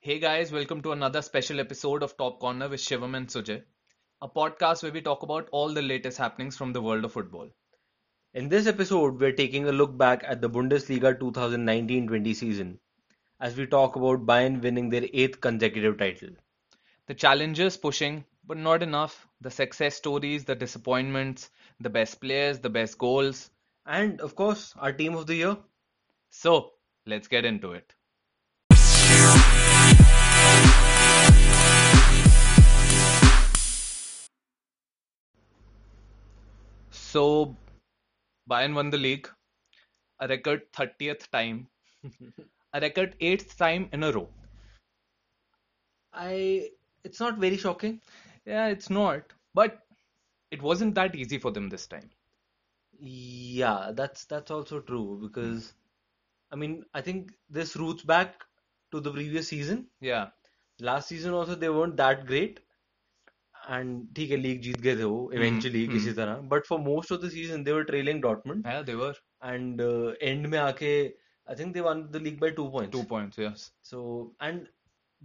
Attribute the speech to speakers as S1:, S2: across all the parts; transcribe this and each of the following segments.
S1: Hey guys, welcome to another special episode of Top Corner with Shivam and Sujay, a podcast where we talk about all the latest happenings from the world of football.
S2: In this episode, we're taking a look back at the Bundesliga 2019-20 season as we talk about Bayern winning their eighth consecutive title.
S1: The challenges pushing, but not enough, the success stories, the disappointments, the best players, the best goals.
S2: And of course, our team of the year.
S1: So, let's get into it. So, Bayern won the league a record 30th time, a record 8th time in a row.
S2: I it's not very shocking.
S1: Yeah, it's not, but it wasn't that easy for them this time.
S2: Yeah, that's that's also true because I mean, I think this roots back to the previous season.
S1: Yeah,
S2: Last season also they weren't that great and ठीक है league जीत गए थे वो eventually किसी तरह but for most of the season they were trailing Dortmund
S1: yeah, they were
S2: and and uh, में आके I think they won the league by two
S1: two
S2: points
S1: points. Yes,
S2: So, and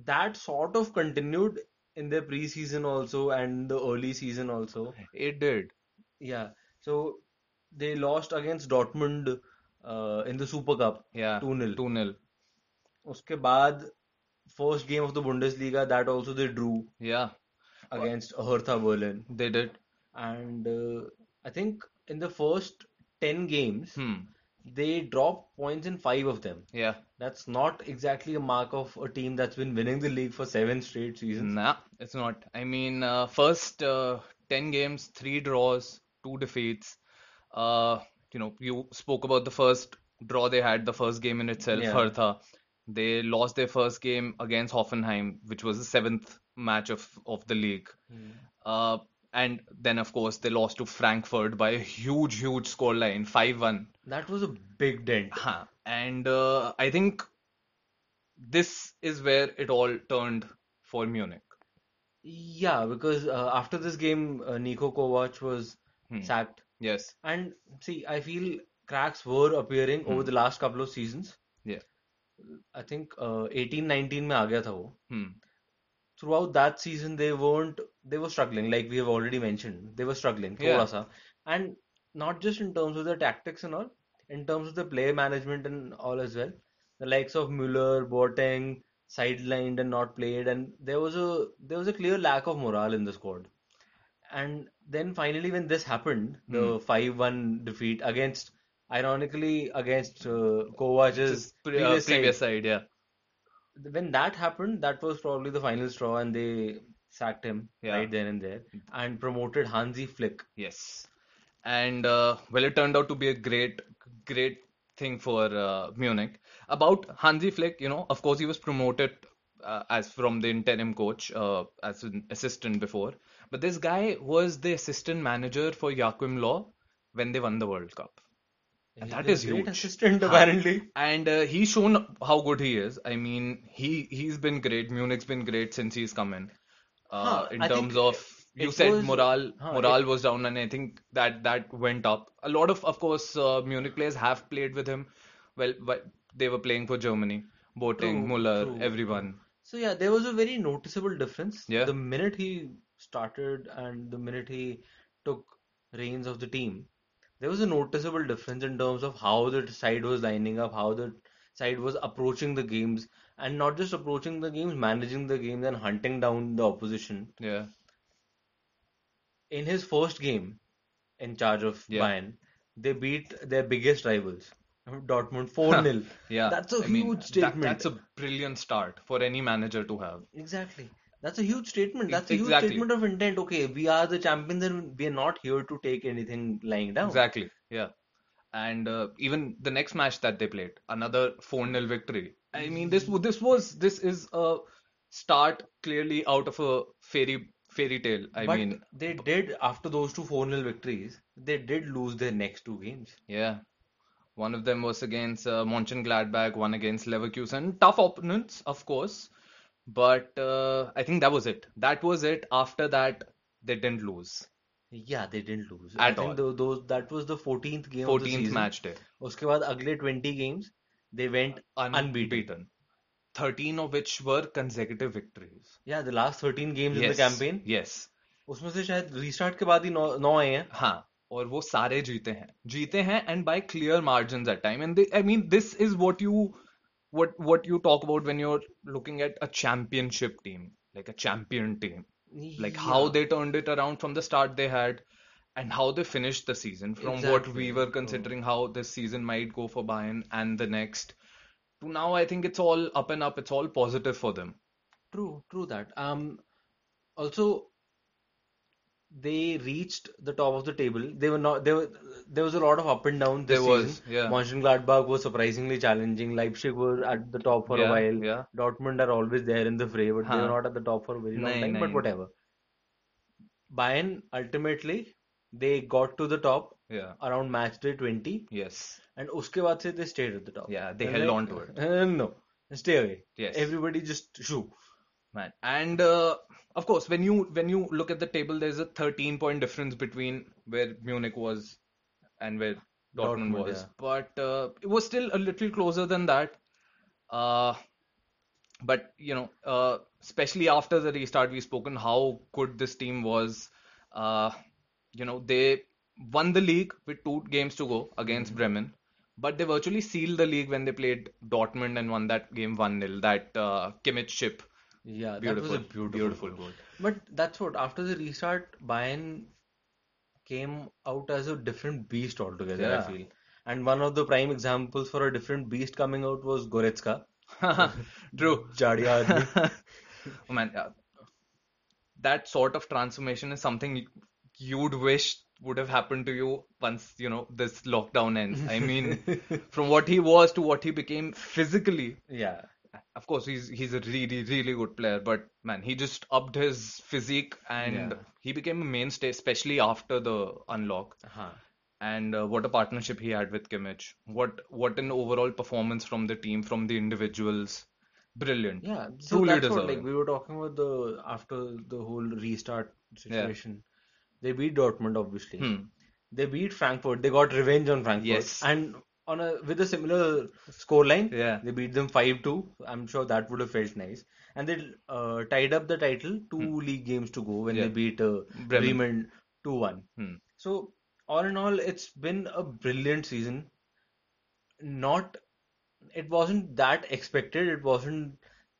S2: that sort of continued in their pre-season also and the early season also.
S1: it did.
S2: Yeah. So they lost against Dortmund uh, in the Super Cup
S1: Yeah,
S2: 2-0.
S1: two 0
S2: उसके बाद first game of the Bundesliga that also they drew
S1: Yeah,
S2: against Hertha Berlin.
S1: they did.
S2: And uh, I think in the first 10 games
S1: Hmm.
S2: they dropped points in five of them.
S1: Yeah.
S2: That's not exactly a mark of a team that's been winning the league for seven straight seasons.
S1: Nah, it's not. I mean, uh, first uh, 10 games, three draws, two defeats. Uh, you know, you spoke about the first draw they had, the first game in itself,
S2: Yeah.
S1: Hertha. They lost their first game against Hoffenheim, which was the seventh match of, of the league. Uh, and then, of course, they lost to Frankfurt by a huge, huge scoreline, 5-1.
S2: That was a big dent.
S1: Huh. And uh, I think this is where it all turned for Munich.
S2: Yeah, because uh, after this game, uh, Niko Kovac was
S1: Hmm.
S2: sacked.
S1: Yes.
S2: And see, I feel cracks were appearing over the last couple of seasons.
S1: Yeah.
S2: I think uh, 18 19 में आ गया था वो.
S1: Hmm.
S2: Throughout that season, they weren't, they were struggling, like we have already mentioned. They were struggling,
S1: Yeah.
S2: thoda sa. And not just in terms of the tactics and all, in terms of the player management and all as well. The likes of Müller, Boateng, sidelined and not played, and there was a there was a clear lack of morale in the squad. And then finally, when this happened, the
S1: Hmm.
S2: 5-1 defeat against, ironically, against uh, Kovac's
S1: Pre- uh,
S2: previous side.
S1: previous side, yeah.
S2: When that happened, that was probably the final straw, and they sacked him
S1: Yeah.
S2: right then and there and promoted Hansi Flick.
S1: Yes. And uh, well, it turned out to be a great, great thing for uh, Munich. About Hansi Flick, you know, of course, he was promoted uh, as from the interim coach uh, as an assistant before. But this guy was the assistant manager for Joachim Law when they won the World Cup. And
S2: He
S1: that
S2: was
S1: is
S2: a great
S1: huge.
S2: assistant,
S1: Huh.
S2: apparently.
S1: Uh, And uh, he's shown how good he is. I mean, he he's been great. Munich's been great since he's come in. Uh,
S2: Huh,
S1: in
S2: I think
S1: terms of you
S2: it
S1: said
S2: was-
S1: morale,
S2: huh,
S1: morale was down, and I think that that went up. A lot of, of course, uh, Munich players have played with him. Well, but they were playing for Germany. Boateng,
S2: True,
S1: Muller,
S2: true,
S1: everyone.
S2: So yeah, there was a very noticeable difference.
S1: Yeah.
S2: The minute he started and the minute he took reins of the team, there was a noticeable difference in terms of how the side was lining up, how the side was approaching the games, and not just approaching the games, managing the games and hunting down the opposition.
S1: Yeah,
S2: In his first game in charge of
S1: Yeah.
S2: Bayern, they beat their biggest rivals, Dortmund 4-0.
S1: yeah.
S2: That's a
S1: I mean,
S2: huge
S1: that-
S2: statement.
S1: that's a brilliant start for any manager to have.
S2: Exactly. That's a huge statement.
S1: Ex-
S2: That's a huge
S1: exactly.
S2: statement of intent. Okay, we are the champions and we are not here to take anything lying down.
S1: Exactly. Yeah. And uh, even the next match that they played, another 4-0 victory. I mean, this w- this was this is a start clearly out of a fairy fairy tale. I
S2: but
S1: mean,
S2: they did, after those two 4-0 victories, they did lose their next two games.
S1: yeah. One of them was against uh, Mönchengladbach, one against Leverkusen. Tough opponents, of course, but uh, I think that was it. That was it. After that, they didn't lose.
S2: Yeah, they didn't lose. I
S1: At all.
S2: think tho- those that was the 14th game of
S1: 14th
S2: the season.
S1: match day,
S2: उसके बाद अगले 20 games, they went
S1: unbeaten.
S2: unbeaten.
S1: 13 of which were consecutive victories.
S2: या the last 13 games in the
S1: Yes,
S2: campaign
S1: yes.
S2: उसमें से शायद restart के बाद ही नौ नौ आए हैं
S1: हाँ और वो सारे जीते हैं जीते हैं and by clear margins at time and they, I mean this is what you what what you talk about when you're looking at a championship team like a champion team like how
S2: Yeah.
S1: they turned it around from the start they had and how they finished the season from what we
S2: Exactly.
S1: were
S2: Oh.
S1: considering how this season might go for Bayern and the next to now I think it's all up and up it's all positive for them
S2: True, true that. Um, also they reached the top of the table. They were not. They were. There was a lot of up and down this
S1: There was,
S2: season.
S1: yeah.
S2: Mönchengladbach was surprisingly challenging. Leipzig were at the top for a
S1: yeah
S2: while.
S1: yeah
S2: Dortmund are always there in the fray, but they were
S1: हाँ
S2: not at the top for a very long
S1: नहीं
S2: time. But
S1: नहीं
S2: whatever. Bayern ultimately they got to the top
S1: yeah
S2: around match day 20,
S1: yes
S2: and उसके बाद से they stayed at the top.
S1: yeah they
S2: And
S1: held
S2: like
S1: on to it
S2: uh, no, stay away.
S1: yes
S2: Everybody just shoo.
S1: Man, and uh, of course, when you when you look at the table, there's a 13 point difference between where Munich was and where Dortmund
S2: Dortmund,
S1: was,
S2: yeah.
S1: but uh, it was still a little closer than that. Uh, but you know, uh, especially after the restart, we've spoken how good this team was. Uh, you know, they won the league with two games to go against
S2: Mhm.
S1: Bremen, but they virtually sealed the league when they played Dortmund and won that game 1-0. That uh, Kimmich chip.
S2: Yeah, that was
S1: Beautiful,
S2: a beautiful
S1: beautiful goal.
S2: goal. But that's what, after the restart, Bayern came out as a different beast altogether, I
S1: Yeah.
S2: feel. And one of the prime examples for a different beast coming out was Goretzka,
S1: True.
S2: Jadiya Admi.
S1: Oh man, uh, that sort of transformation is something y- you'd wish would have happened to you once, you know, this lockdown ends. I mean, from what he was to what he became physically,
S2: Yeah,
S1: of course he's he's a really, really good player, but man, he just upped his physique and
S2: yeah,
S1: he became a mainstay, especially after the unlock.
S2: huh.
S1: And uh, what a partnership he had with Kimmich. What what an overall performance from the team, from the individuals. Brilliant.
S2: Yeah, so
S1: Truly
S2: that's what, like,
S1: deserving.
S2: we were talking about the after the whole restart
S1: Yeah.
S2: situation. They beat Dortmund, obviously.
S1: Hmm.
S2: They beat Frankfurt. They got revenge on Frankfurt,
S1: Yes.
S2: and on a with a similar scoreline,
S1: Yeah.
S2: they beat them 5-2. I'm sure that would have felt nice. And they uh, tied up the title
S1: Hmm.
S2: two league games to go when they
S1: Yeah.
S2: beat uh,
S1: Bremen.
S2: Bremen 2-1.
S1: Hmm.
S2: So all in all, it's been a brilliant season. Not, it wasn't that expected. It wasn't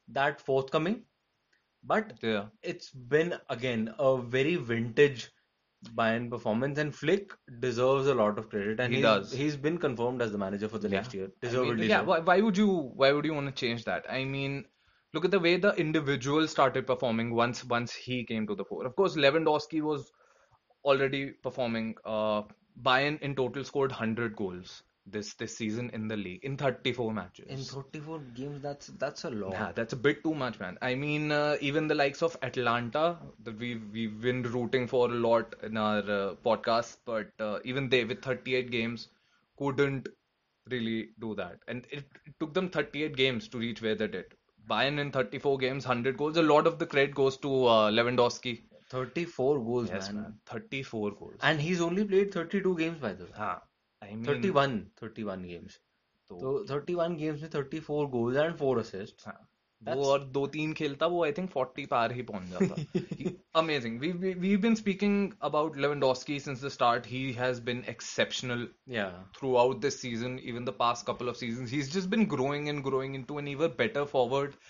S2: that forthcoming, but
S1: Yeah.
S2: it's been again a very vintage Bayern performance and Flick deserves a lot of credit and
S1: He
S2: he's
S1: does.
S2: he's been confirmed as the manager for the
S1: Yeah.
S2: next year.
S1: I mean,
S2: Deservedly
S1: yeah,
S2: so.
S1: why why would you why would you want to change that? I mean, look at the way the individual started performing once once he came to the fore. Of course, Lewandowski was already performing. Uh, Bayern in total scored 100 goals this this season in the league in 34
S2: In
S1: matches.
S2: 34 games that's that's a
S1: Nah,
S2: lot.
S1: that's a bit too much, man. I mean, uh, even the likes of Atlanta that we've we've been rooting for a lot in our uh, podcast, but uh, even they with 38 games couldn't really do that, and it, it took them 38 games to reach where they did. Bayern in 34 games, 100 goals. A lot of the credit goes to uh, Lewandowski.
S2: 34 goals,
S1: Yes, man,
S2: man.
S1: 34 goals.
S2: And he's only played 32 games by the way.
S1: हाँ, I mean,
S2: 31, 31 games.
S1: तो
S2: So 31 games with 34 goals and 4 assists.
S1: हाँ, वो
S2: That's
S1: और दो तीन खेलता वो I think 40 पार ही पहुंच जाता ही amazing we we been speaking about Lewandowski since the start he has been exceptional
S2: yeah.
S1: throughout this season even the past couple of seasons he's just been growing and growing into an even better forward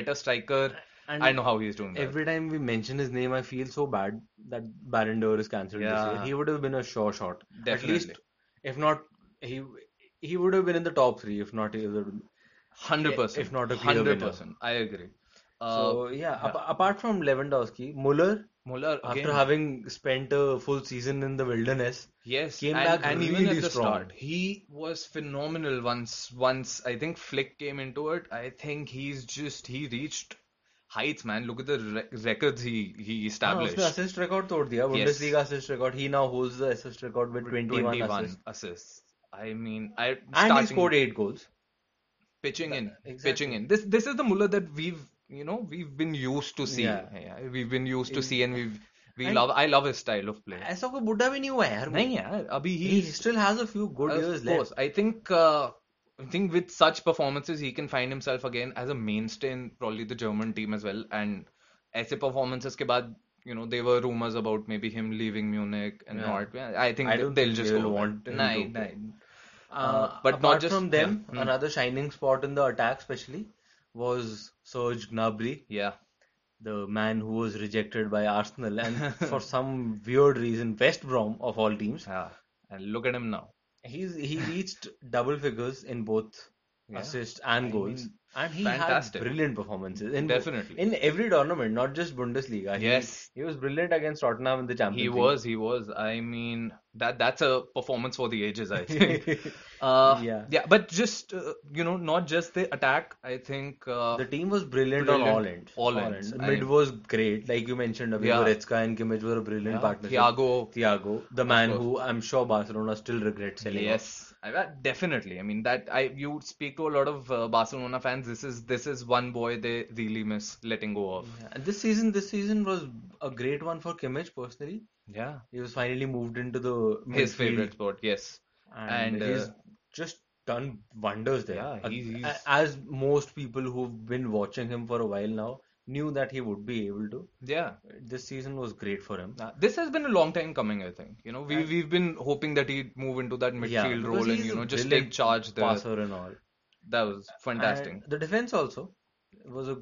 S1: better striker i
S2: And
S1: know how he's doing that
S2: every time we mention his name, I feel so bad that Ballon d'Or is cancelled this year.
S1: yeah
S2: He would have been a sure shot, at
S1: definitely
S2: least, if not he he would have been in the top three, if not he would- if
S1: 100%
S2: not a clear winner.
S1: 100% i agree uh
S2: So yeah,
S1: yeah
S2: ap apart from Lewandowski, Muller,
S1: Muller
S2: after
S1: again
S2: having spent a full season in the wilderness,
S1: Yes,
S2: came
S1: and
S2: back
S1: and even
S2: really
S1: at the start,
S2: strong.
S1: he was phenomenal once once I think Flick came into it. I think he's just he reached heights, man. Look at the re records he he
S2: हाँ उसने
S1: established.
S2: Assist record तोड़ दिया
S1: Yes,
S2: Bundesliga assist record he now holds the assist record with
S1: with
S2: 21
S1: 21
S2: assist
S1: assists. I mean, I
S2: and he
S1: starting
S2: scored 8 goals
S1: pitching in, pitching
S2: exactly
S1: in. This this is the Muller that we've you know we've been used to see.
S2: या
S1: Yeah, we've been used to see, and
S2: Ex-
S1: we've we
S2: And
S1: love I love his style of play.
S2: ऐसा कोई बुढ़ा भी नहीं हुआ है यार वो
S1: नहीं यार, अभी
S2: he
S1: he's
S2: still has a few good
S1: Of
S2: years
S1: course,
S2: left
S1: I think. Uh, I think with such performances, he can find himself again as a mainstay in probably the German team as well. And ऐसे performances के बाद, you know, there were rumors about maybe him leaving Munich and
S2: Yeah.
S1: not. Yeah, I think
S2: I
S1: they-
S2: don't
S1: they'll
S2: think
S1: just
S2: they'll
S1: go.
S2: want him
S1: Nah,
S2: to
S1: nah.
S2: go.
S1: Uh,
S2: Uh,
S1: but not
S2: apart
S1: just-
S2: from them,
S1: yeah. Hmm.
S2: another shining spot in the attack, especially, was Serge Gnabry,
S1: Yeah.
S2: the man who was rejected by Arsenal and for some weird reason, West Brom of all teams.
S1: Yeah. And look at him now.
S2: He's he reached double figures in both
S1: Yeah.
S2: assists and
S1: I
S2: goals,
S1: mean,
S2: and he
S1: fantastic.
S2: had brilliant performances in
S1: Definitely.
S2: in every tournament, not just Bundesliga. He-
S1: Yes.
S2: he, was brilliant against Tottenham in the Champions
S1: He
S2: League.
S1: was, he was. I mean, that that's a performance for the ages, I think. Uh,
S2: Yeah.
S1: but just uh, you know, not just the attack. I think uh,
S2: The team was brilliant on all
S1: Brilliant.
S2: ends.
S1: All ends. I
S2: Mid
S1: mean-
S2: was great, like you mentioned. Abhi
S1: Yeah.
S2: Goretzka and Kimmich were a brilliant
S1: yeah,
S2: partnership.
S1: Thiago,
S2: Thiago, the man
S1: course.
S2: who I'm sure Barcelona still regrets selling. off.
S1: yes, I, that- definitely. I mean, that I you speak to a lot of uh, Barcelona fans. This is this is one boy they really miss letting go of.
S2: Yeah, And this season, this season was a great one for Kimmich personally.
S1: Yeah,
S2: He was finally moved into the
S1: his
S2: midfield,
S1: favorite sport. Yes,
S2: and,
S1: and, uh,
S2: he's just done wonders there.
S1: Yeah,
S2: A-
S1: he's- he's-
S2: as most people who've been watching him for a while now knew that he would be able to.
S1: yeah.
S2: This season was great for him.
S1: Uh, This has been a long time coming, I think. You know, we
S2: And-
S1: we've been hoping that he'd move into that midfield
S2: Yeah, because
S1: role and
S2: he's
S1: you
S2: a
S1: know just
S2: brilliant
S1: take charge there.
S2: passer and all.
S1: That was fantastic.
S2: And the defense also was a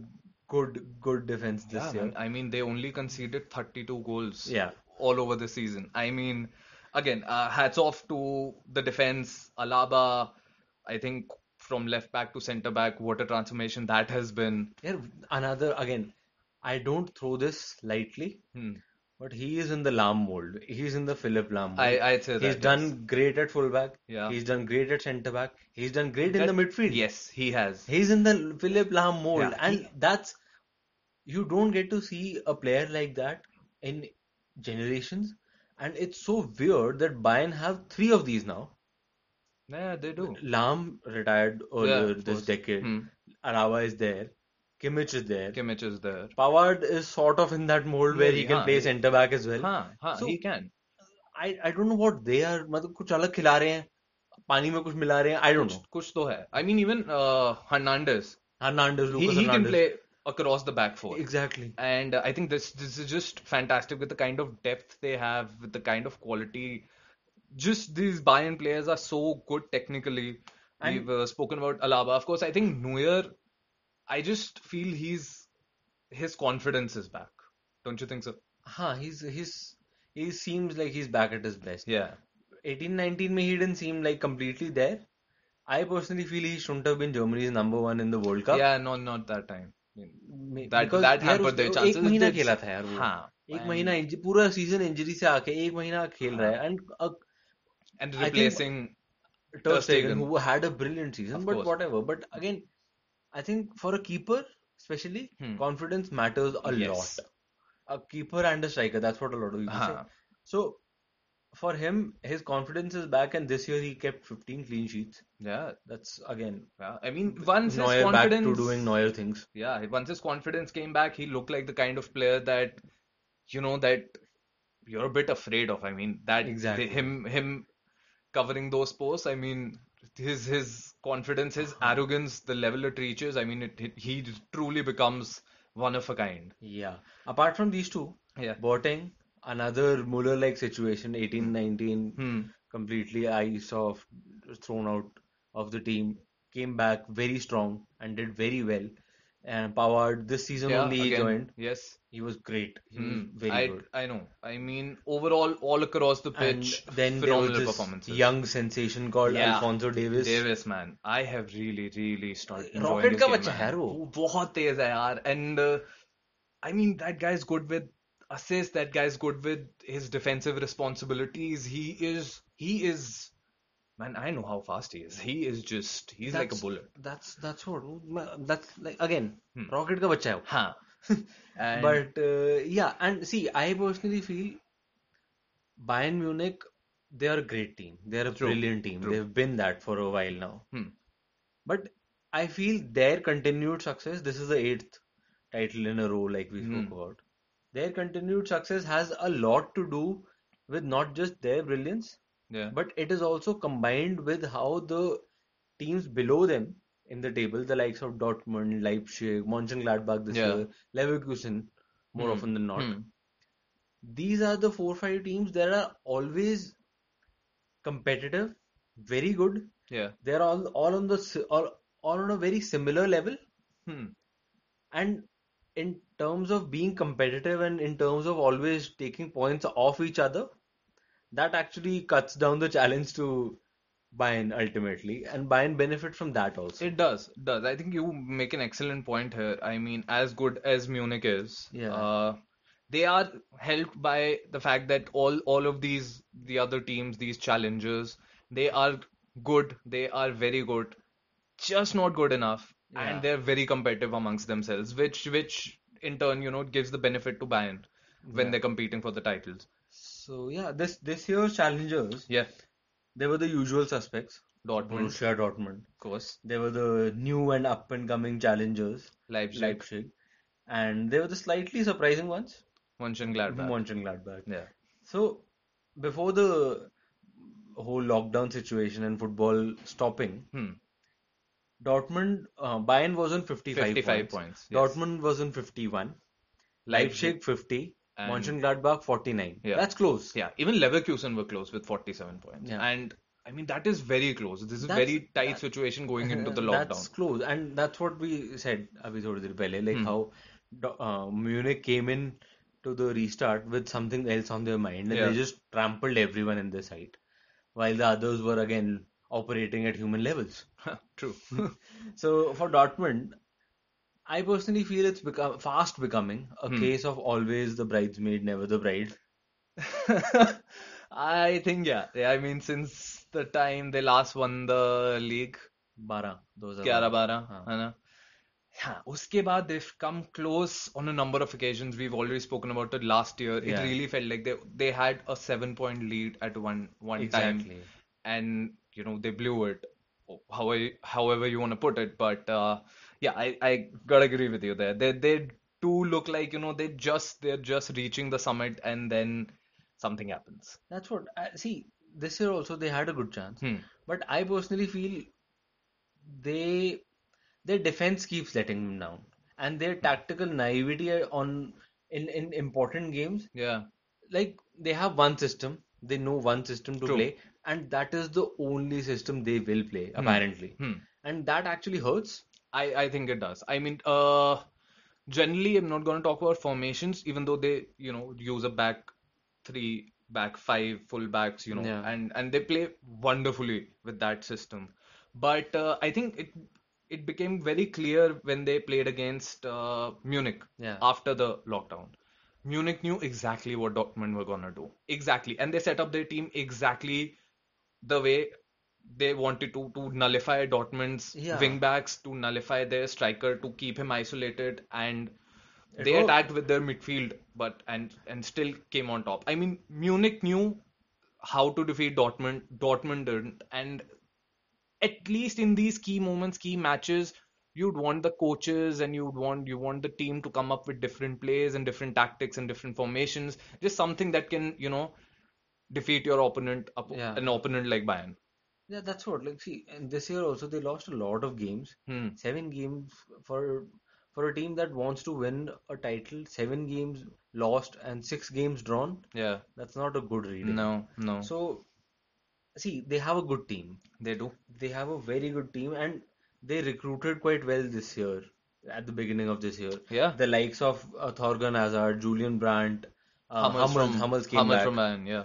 S2: good good defense this
S1: Yeah,
S2: year.
S1: man. I mean, they only conceded 32 goals
S2: Yeah.
S1: all over the season. I mean, again, uh, hats off to the defense. Alaba, I think from left back to centre back, what a transformation that has been.
S2: Yeah, another again, I don't throw this lightly,
S1: Hmm.
S2: but he is in the Lam mold. He's in the Philip Lam mold.
S1: I I'd say that.
S2: He's
S1: yes.
S2: done great at fullback.
S1: Yeah.
S2: He's done great at centre back. He's done great in the
S1: That-
S2: midfield.
S1: Yes, he has.
S2: He's in the Philip Lam mold,
S1: Yeah,
S2: and
S1: he-
S2: that's you don't get to see a player like that in generations, and it's so weird that Bayern have three of these now.
S1: Yeah, they do.
S2: Lam retired earlier
S1: of
S2: this
S1: course.
S2: decade.
S1: Hmm.
S2: Arawa is there. Kimmich is there.
S1: Kimmich is there.
S2: Pavard is sort of in that mold where he
S1: Maybe,
S2: can
S1: हाँ,
S2: play
S1: he-
S2: centre back as well.
S1: हाँ, हाँ,
S2: So-
S1: he can.
S2: I I don't know what they are. मतलब कुछ अलग खिला रहे हैं, पानी में कुछ मिला रहे हैं. I don't
S1: कुछ
S2: know.
S1: कुछ तो है. I mean, even uh, Hernandez,
S2: Hernandez,
S1: he
S2: Lucas
S1: he can
S2: Hernandez.
S1: play across the back four.
S2: Exactly.
S1: And uh, I think this this is just fantastic with the kind of depth they have, with the kind of quality. Just these Bayern players are so good technically.
S2: And-
S1: We've uh, spoken about Alaba. Of course, I think Neuer, I just feel he's his confidence is back. Don't you think so?
S2: हाँ, he's he's he seems like he's back at his best.
S1: Yeah.
S2: 18-19 में he didn't seem like completely there. I personally feel he shouldn't have been Germany's number one in the World Cup.
S1: Yeah, no, not that time.
S2: May-
S1: That
S2: because
S1: that
S2: यार
S1: hampered
S2: उस-
S1: their
S2: एक
S1: chances.
S2: महीना
S1: That's-
S2: खेला था यार वो
S1: हाँ.
S2: एक
S1: And-
S2: महीना इंज- पूरा सीजन इंजरी से आके एक महीना खेल रहा है uh, and
S1: And
S2: I think-
S1: replacing
S2: Ter
S1: Ter
S2: Stegen,
S1: Stegen.
S2: who had a brilliant season,
S1: Of
S2: but
S1: course.
S2: whatever. But again, I think for a keeper, especially,
S1: Hmm.
S2: confidence matters a
S1: Yes. Uh-huh.
S2: lot. A keeper and a striker, that's what a lot of people say.
S1: हाँ.
S2: So, for him, his confidence is back, and this year he kept 15 clean sheets.
S1: Yeah,
S2: That's again,
S1: yeah. I mean, once his
S2: Neuer back to
S1: confidence
S2: doing Neuer things.
S1: Yeah, he- once his confidence came back, he looked like the kind of player that, you know, that you're a bit afraid of. I mean, that
S2: Exactly.
S1: him him covering those posts, I mean, his his confidence, his arrogance, the level it reaches, I mean, it, it he truly becomes one of a kind.
S2: Yeah. Apart from these two,
S1: Yeah.
S2: Boateng, another Muller-like situation, 18 19.
S1: Hmm.
S2: completely I saw f- thrown out of the team, came back very strong and did very well. And Pavard this season
S1: Yeah,
S2: only he
S1: again,
S2: joined.
S1: yes.
S2: He was great. He was
S1: Hmm.
S2: very
S1: I
S2: good.
S1: I know. I mean, overall, all across the
S2: And
S1: pitch,
S2: then there was
S1: phenomenal
S2: this
S1: performances.
S2: young sensation called
S1: Yeah.
S2: Alfonso Davis.
S1: Davis man, I have really really started enjoying
S2: Rocket
S1: his
S2: का
S1: game,
S2: बच्चा
S1: man.
S2: है यार वो।
S1: वो बहुत तेज है यार and uh, I mean that guy's good with assists that guy's good with his defensive responsibilities he is he is man I know how fast he is he is just he's like a
S2: That's-
S1: bullet
S2: That's that's what that's like again
S1: Hmm.
S2: Rocket का बच्चा है वो.
S1: हाँ and
S2: But uh, yeah, and see, I personally feel Bayern Munich, they are a great team. They are a
S1: True,
S2: brilliant team.
S1: true.
S2: They've been that for a while now.
S1: Hmm.
S2: But I feel their continued success, this is the eighth title in a row, like we spoke
S1: Hmm.
S2: about. Their continued success has a lot to do with not just their brilliance,
S1: yeah
S2: but it is also combined with how the teams below them in the table, the likes of Dortmund, Leipzig, Mönchengladbach this
S1: Yeah.
S2: year, Leverkusen, more
S1: Hmm.
S2: often than not.
S1: Hmm.
S2: These are the four five teams that are always competitive, very good.
S1: Yeah.
S2: They're all all on the si- all, all on a very similar level.
S1: Hmm.
S2: And in terms of being competitive and in terms of always taking points off each other, that actually cuts down the challenge to Bayern ultimately. And Bayern benefit from that also.
S1: It does, it does. I think you make an excellent point here. I mean, as good as Munich is,
S2: Yeah.
S1: uh, they are helped by the fact that all all of these the other teams, these challengers, they are good. They are very good, just not good enough,
S2: Yeah.
S1: and they're very competitive amongst themselves, which which in turn, you know, gives the benefit to Bayern when
S2: Yeah.
S1: they're competing for the titles.
S2: So yeah, this this year's challengers,
S1: Yeah,
S2: they were the usual suspects.
S1: Dortmund, of
S2: Borussia Dortmund.
S1: course,
S2: They were the new and up and coming challengers,
S1: Leipzig,
S2: Leipzig. And they were the slightly surprising ones,
S1: Mönchengladbach.
S2: Mönchengladbach.
S1: Yeah,
S2: So, before the whole lockdown situation and football stopping,
S1: hmm.
S2: Dortmund, uh, Bayern was on 55
S1: 55
S2: points.
S1: points. yes.
S2: Dortmund was on 51,
S1: Leipzig.
S2: Leipzig 50,
S1: and-
S2: Mönchengladbach 49.
S1: Yeah.
S2: That's close.
S1: Yeah, even Leverkusen were close with 47 points.
S2: Yeah.
S1: And I mean, that is very close. This is a
S2: That's-
S1: very tight
S2: that-
S1: situation going into the
S2: That's
S1: lockdown.
S2: close, and that's what we said abhi thodi der pehle, like
S1: Hmm.
S2: how Do- uh, Munich came in to the restart with something else on their mind, and they
S1: Yeah.
S2: just trampled everyone in their sight, while the others were again operating at human levels.
S1: True.
S2: So for Dortmund, I personally feel it's become fast becoming a
S1: Hmm.
S2: case of always the bridesmaid, never the bride.
S1: I think, yeah. yeah. I mean, since the time they last won the league,
S2: Bara, those are
S1: 11
S2: Bara.
S1: 12,
S2: हाँ.
S1: है ना? Yeah, उसके बाद they've come close on a number of occasions. We've already spoken about it last year. It
S2: Yeah.
S1: really felt like they they had a seven point lead at one one time.
S2: Exactly.
S1: and you know they blew it however however you want to put it but uh, yeah I, I gotta agree with you there they they do look like you know they just they're just reaching the summit and then something happens
S2: That's what I see. This year also they had a good chance,
S1: Hmm.
S2: but I personally feel they their defense keeps letting them down, and
S1: Hmm.
S2: their tactical naivety on in in important games,
S1: yeah
S2: like they have one system, they know one system to
S1: True.
S2: play, and that is the only system they will play apparently,
S1: hmm.
S2: and that actually hurts.
S1: I I think it does I mean uh generally I'm not going to talk about formations even though they you know use a back three back five full backs you know
S2: Yeah.
S1: and and they play wonderfully with that system but uh, I think it it became very clear when they played against uh, Munich
S2: Yeah.
S1: after the lockdown Munich knew exactly what Dortmund were gonna do exactly and they set up their team exactly the way they wanted to to nullify Dortmund's
S2: Yeah.
S1: wing backs, to nullify their striker, to keep him isolated, and
S2: It
S1: they
S2: worked.
S1: attacked with their midfield, but and and still came on top. I mean, Munich knew how to defeat Dortmund. Dortmund didn't, and at least in these key moments, key matches, you'd want the coaches and you'd want you want the team to come up with different plays and different tactics and different formations, just something that can you know defeat your opponent, op-
S2: Yeah.
S1: an opponent like Bayern.
S2: Yeah, that's what. Like, see, and this year also they lost a lot of games.
S1: Hmm.
S2: Seven games for for a team that wants to win a title. Seven games lost and six games drawn.
S1: Yeah.
S2: That's not a good reading.
S1: No, no.
S2: So, see, they have a good team.
S1: They do.
S2: They have a very good team, and they recruited quite well this year. At the beginning of this year,
S1: Yeah.
S2: the likes of uh, Thorgan Hazard, Julian Brandt, uh,
S1: Hummels
S2: Hummels,
S1: from
S2: Hummels came
S1: Hummels
S2: back.
S1: from uh, Bayern, yeah.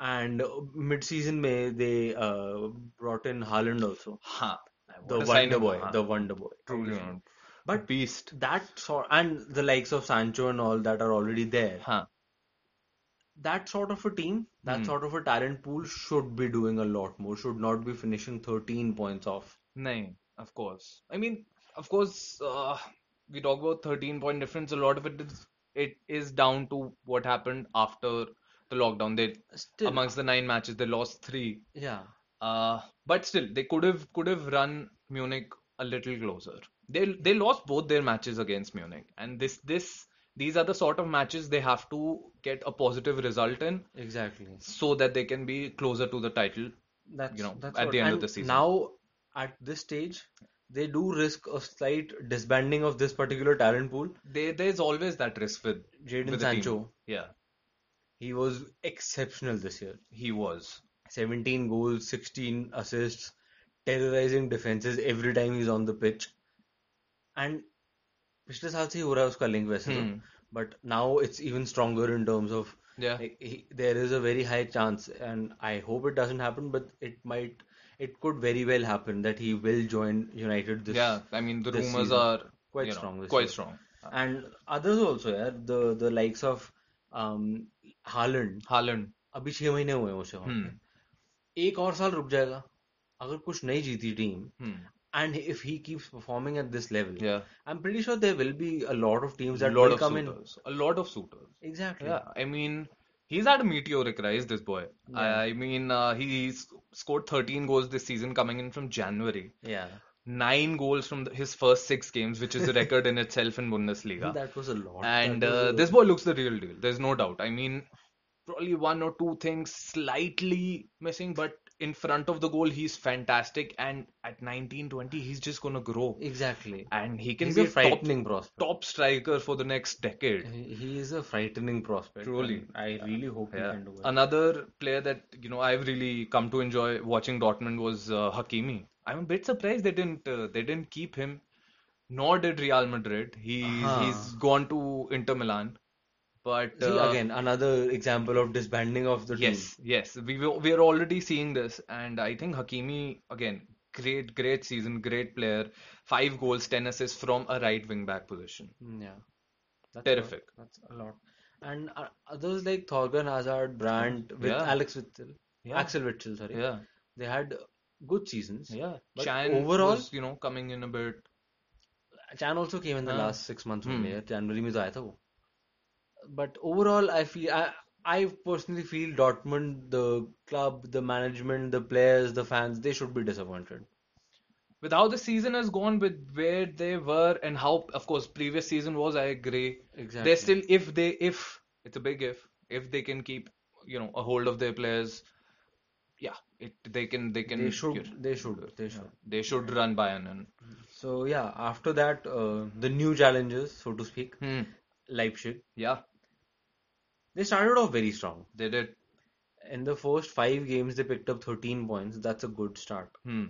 S2: And uh, mid-season May they uh, brought in Haaland also.
S1: Ha. What
S2: The
S1: a signing.
S2: Wonder Boy,
S1: Ha.
S2: the Wonder Boy.
S1: Truly,
S2: obviously.
S1: man.
S2: But
S1: beast.
S2: that sort and the likes of Sancho and all that are already there.
S1: Ha.
S2: That sort of a team, that
S1: Hmm.
S2: sort of a talent pool should be doing a lot more, should not be finishing 13 points off.
S1: No, of course. I mean, of course, uh, we talk about 13 point difference. A lot of it is it is down to what happened after the lockdown. They
S2: Still,
S1: amongst the nine matches, they lost three.
S2: yeah,
S1: Uh, but still, they could have could have run Munich a little closer. They they lost both their matches against Munich, and this this these are the sort of matches they have to get a positive result in
S2: exactly.
S1: so that they can be closer to the title,
S2: That's
S1: you know,
S2: that's
S1: at
S2: what.
S1: the end
S2: and
S1: of the season.
S2: now at this stage, they do risk a slight disbanding of this particular talent pool.
S1: There, there's always that risk with
S2: Jadon
S1: with the team.
S2: Sancho,
S1: Yeah,
S2: he was exceptional this year.
S1: he was.
S2: 17 goals, 16 assists, terrorizing defenses every time he's on the pitch. And पिछले साल से ही हो रहा है उसका link वैसे तो
S1: Hmm.
S2: But now it's even stronger in terms of
S1: Yeah.
S2: There is a very high chance and I hope it doesn't happen but it might it could very well happen that he will join United this
S1: Yeah, I mean the
S2: this
S1: rumors
S2: season.
S1: are
S2: Quite
S1: you know,
S2: strong this
S1: quite
S2: year.
S1: strong.
S2: And others also यार the the likes of um, Haaland
S1: Haaland,
S2: अभी छह महीने हुए हैं उसे
S1: hmm,
S2: एक और साल रुक जाएगा अगर कुछ नहीं जीती team
S1: hmm,
S2: and if he keeps performing at this level
S1: yeah,
S2: i'm pretty sure there will be a lot of teams that
S1: lot
S2: will
S1: of
S2: come in
S1: suitors, a lot of suitors.
S2: exactly
S1: Yeah, I mean he's had a meteoric rise, this boy. I,
S2: Yeah.
S1: I mean uh, he's scored 13 goals this season coming in from January.
S2: yeah
S1: Nine goals from the, his first six games, which is a record in itself in Bundesliga.
S2: that was a lot
S1: And
S2: That was
S1: uh,
S2: a-
S1: this boy looks the real deal. There's no doubt. I mean, probably one or two things slightly missing, but in front of the goal, he's fantastic. And at 19, 20, he's just gonna grow.
S2: exactly
S1: And he can
S2: he's
S1: be
S2: a
S1: a top,
S2: frightening prospect
S1: top striker for the next decade.
S2: he he is a frightening prospect
S1: Truly.
S2: and i really hope he
S1: Yeah.
S2: can do it
S1: Another player that, you know, I've really come to enjoy watching Dortmund was uh, Hakimi. I'm a bit surprised they didn't uh, they didn't keep him, nor did Real Madrid. He's
S2: Uh-huh.
S1: he's gone to Inter Milan. But
S2: see
S1: uh,
S2: again another example of disbanding of the team
S1: yes, yes, we were, we are already seeing this, and I think Hakimi again, great great season, great player, five goals, ten assists from a right wing back position.
S2: Mm, yeah that's a lot.
S1: Terrific.
S2: that's a lot and uh, others like Thorgan Hazard Brandt with
S1: Mm-hmm. Yeah.
S2: Alex Witzel
S1: Yeah.
S2: Axel Witzel sorry
S1: Yeah,
S2: they had good seasons
S1: yeah.
S2: But
S1: Chan
S2: overall-
S1: was, you know, coming in a bit.
S2: Chan also came in the
S1: हाँ।
S2: last six months
S1: hmm.
S2: only यार जनवरी में तो आया था वो but overall I feel I I personally feel Dortmund the club the management the players the fans they should be disappointed
S1: with how the season has gone, with where they were and how, of course, previous season was, I agree.
S2: Exactly.
S1: They're still, if they, if it's a big if, if they can keep, you know, a hold of their players, yeah, it they can they can
S2: they should
S1: get-
S2: they should they should
S1: they should run Bayern and
S2: so yeah after that uh, the new challenges so to speak
S1: hmm,
S2: Leipzig
S1: yeah,
S2: they started off very strong
S1: they did.
S2: in the first five games they picked up 13 points that's a good start
S1: Hmm.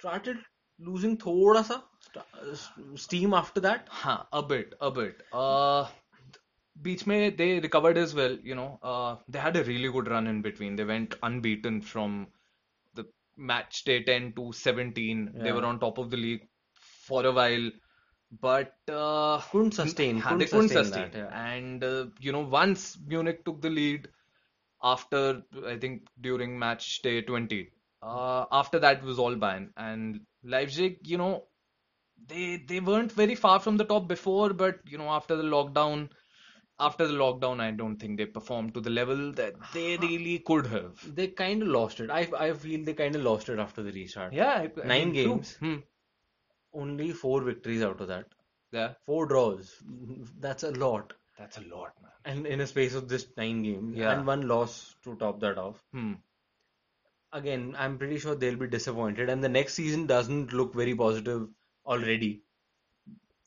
S2: started losing thoda sa st- uh, steam after that
S1: हाँ, a bit, a bit. Uh, बीच में they recovered as well. You know, uh, they had a really good run in between. They went unbeaten from the match day 10 to 17. They were
S2: Yeah.
S1: on top of the league for a while, but uh,
S2: couldn't sustain
S1: हाँ, they
S2: couldn't
S1: couldn't
S2: sustain
S1: sustain.
S2: that yeah.
S1: And uh, you know, once Munich took the lead after I think during match day 20, uh, after that was all Bayern and Leipzig. You know they they weren't very far from the top before, but you know after the lockdown, after the lockdown, I don't think they performed to the level that they really could have.
S2: They kind of lost it. I I feel they kind of lost it after the restart.
S1: Yeah, I, I
S2: Nine
S1: mean, true.
S2: games.
S1: Hmm.
S2: Only four victories out of that.
S1: Yeah,
S2: Four draws. That's a lot.
S1: that's a lot, man.
S2: And in a space of this nine games,
S1: Yeah.
S2: and one loss to top that off.
S1: Hmm.
S2: Again, I'm pretty sure they'll be disappointed. And the next season doesn't look very positive already.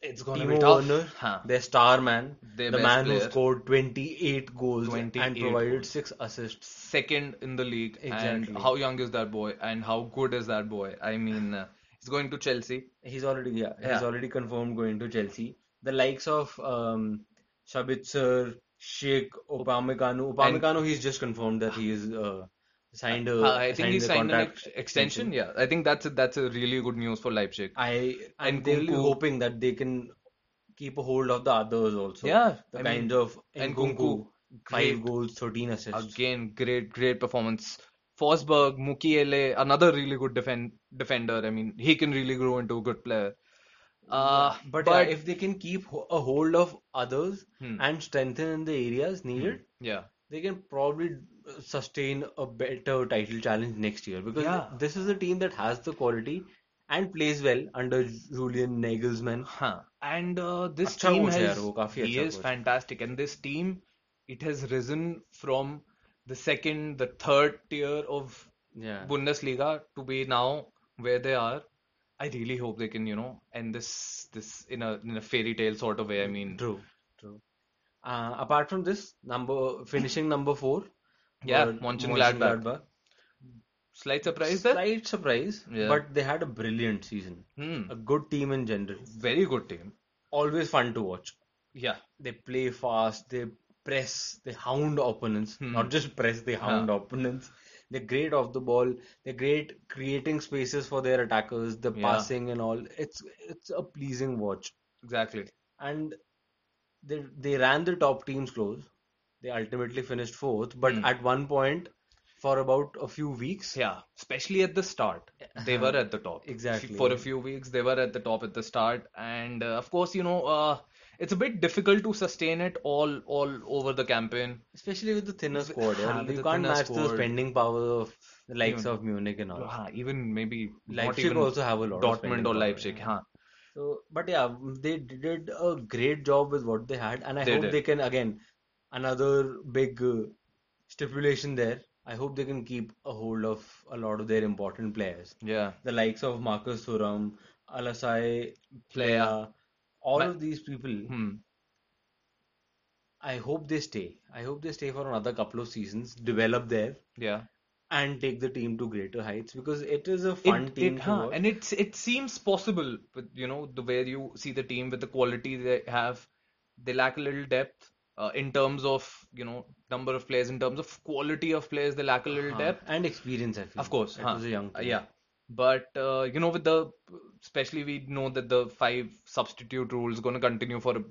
S1: It's
S2: Timo Werner,
S1: Huh.
S2: their star man,
S1: Their
S2: the
S1: best
S2: man who
S1: player.
S2: scored 28 goals
S1: 28
S2: and provided
S1: goals.
S2: six assists.
S1: Second in the league, and
S2: Exactly.
S1: how young is that boy, and how good is that boy? I mean, uh, he's going to Chelsea.
S2: He's already yeah, he's
S1: Yeah.
S2: already confirmed going to Chelsea. The likes of um Sabitzer, Sheikh, Upamecano. Upamecano, he's just confirmed that he is uh, signed a
S1: Uh, I think he
S2: a
S1: signed an
S2: contract
S1: ex- extension. Yeah, I think that's a, that's a really good news for Leipzig.
S2: I I'm
S1: And
S2: really
S1: Kunku.
S2: hoping that they can keep a hold of the others also.
S1: Yeah,
S2: the
S1: I
S2: kind
S1: mean,
S2: of
S1: and
S2: Nkunku,
S1: Kunku,
S2: five
S1: great.
S2: goals, 13 assists.
S1: Again, great, great performance. Forsberg, Mukiele, another really good defend defender. I mean, he can really grow into a good player. Uh,
S2: But,
S1: but
S2: yeah, if they can keep ho- a hold of others
S1: Hmm.
S2: and strengthen in the areas needed.
S1: yeah,
S2: they can probably uh, sustain a better title challenge next year because
S1: Yeah.
S2: this is a team that has the quality and plays well under Julian Nagelsmann.
S1: huh. And uh, this
S2: अच्छा
S1: team
S2: coach है
S1: has
S2: यार वो, काफी
S1: he
S2: अच्छा
S1: is
S2: coach है।
S1: fantastic, and this team it has risen from the second, the third tier of
S2: Yeah.
S1: Bundesliga to be now where they are, I really hope they can, you know, end this this in a in a fairy tale sort of way. I mean,
S2: True, true. Uh, apart from this, number finishing number four,
S1: yeah,
S2: were
S1: Mönchengladbach.
S2: Mönchengladbach.
S1: Slight surprise there.
S2: Slight surprise,
S1: Yeah.
S2: but they had a brilliant season.
S1: Hmm.
S2: A good team in general.
S1: Very good team.
S2: Always fun to watch.
S1: Yeah.
S2: They play fast, they press, they hound opponents.
S1: Hmm.
S2: Not just press, they hound opponents. They're great off the ball. They're great creating spaces for their attackers, the
S1: Yeah.
S2: passing and all. It's it's a pleasing watch.
S1: Exactly.
S2: and they they ran the top teams close. They ultimately finished fourth, but at one point, for about a few weeks,
S1: Hmm. Yeah, especially at the start, they were at the top. F-
S2: Exactly,
S1: For a
S2: yeah.
S1: few weeks, they were at the top at the start, and uh, of course, you know, uh, it's a bit difficult to sustain it all all over the campaign.
S2: especially with the thinner squad,
S1: yeah,
S2: yeah,
S1: with
S2: you
S1: the
S2: can't
S1: thinner
S2: match the
S1: squad.
S2: spending power of the likes of Munich and all.
S1: Uh, even maybe not
S2: Leipzig
S1: even
S2: also have a lot of spending
S1: Dortmund or
S2: power,
S1: Leipzig. huh?
S2: So, but yeah, they did a great job with what they had, and I
S1: They
S2: hope
S1: did.
S2: they can again another big uh, stipulation there. I hope they can keep a hold of a lot of their important players.
S1: Yeah,
S2: the likes of Marcus Thuram, Alasai, Playa, all of these people,
S1: hmm.
S2: I hope they stay. I hope they stay for another couple of seasons, develop there,
S1: Yeah.
S2: and take the team to greater heights because it is a fun
S1: It,
S2: team
S1: it,
S2: to
S1: huh,
S2: watch.
S1: and it's it seems possible, but you know, the way you see the team with the quality they have, they lack a little depth uh, in terms of, you know, number of players, in terms of quality of players, they lack a little
S2: Huh,
S1: depth.
S2: and experience, I feel.
S1: Of course,
S2: it
S1: huh.
S2: was a young
S1: Uh,
S2: team.
S1: yeah. But uh, you know, with the especially we know that the five substitute rule is going to continue for a-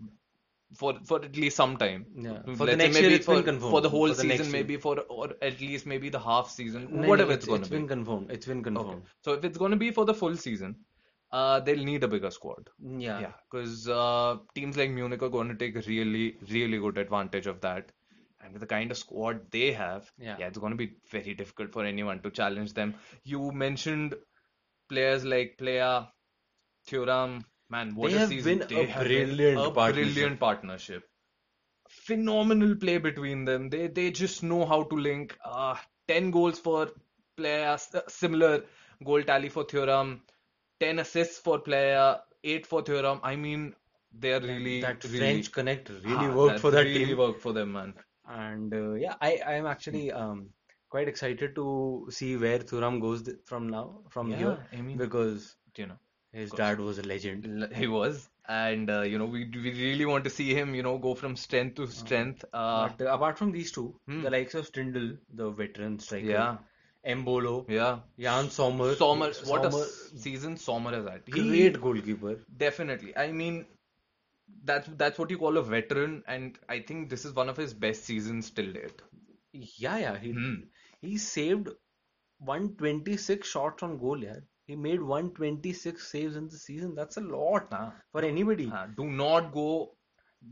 S1: for for at least some time.
S2: Yeah.
S1: Mm,
S2: For the
S1: let's say
S2: next year,
S1: maybe
S2: it's been
S1: for- for
S2: confirmed.
S1: the whole
S2: For the next
S1: season,
S2: year.
S1: maybe for or at least maybe the half season,
S2: No, no,
S1: whatever
S2: it's,
S1: it's going
S2: it's
S1: to be.
S2: been confirmed. It's been confirmed.
S1: So if it's going to be for the full season, uh, they'll need a bigger squad.
S2: Yeah.
S1: Yeah, because uh, teams like Munich are going to take really, really good advantage of that. And with the kind of squad they have,
S2: Yeah.
S1: it's going to be very difficult for anyone to challenge them. You mentioned players like Playa, Thuram. Man, what
S2: They
S1: a
S2: have
S1: season.
S2: been
S1: They
S2: a
S1: have
S2: brilliant
S1: a
S2: partnership.
S1: brilliant partnership. Phenomenal play between them. They they just know how to link. Uh, 10 goals for Playa, s- uh, similar goal tally for Thuram. 10 assists for Playa, 8 for Thuram. I mean, they are really,
S2: that
S1: really,
S2: French connect really
S1: ah,
S2: worked for that
S1: really
S2: team.
S1: worked for them, man.
S2: And uh, yeah, I I'm actually um quite excited to see where Thuram goes th from now from here
S1: Yeah, I mean-
S2: because
S1: You know,
S2: his dad was a legend.
S1: l- he was, and uh, you know, we we really want to see him, you know, go from strength to strength. Uh,
S2: But apart from these two, the likes of Stindl, the veteran striker,
S1: Yeah.
S2: Embolo,
S1: yeah.
S2: Jan Sommer,
S1: Sommer, what a
S2: Sommer,
S1: s- season Sommer has had. He-
S2: great goalkeeper.
S1: Definitely. I mean, that's that's what you call a veteran, and I think this is one of his best seasons till date.
S2: Yeah, yeah, he he saved 126 shots on goal, yeah. He made 126 saves in the season. That's a lot
S1: Ah.
S2: for anybody.
S1: Uh, do not go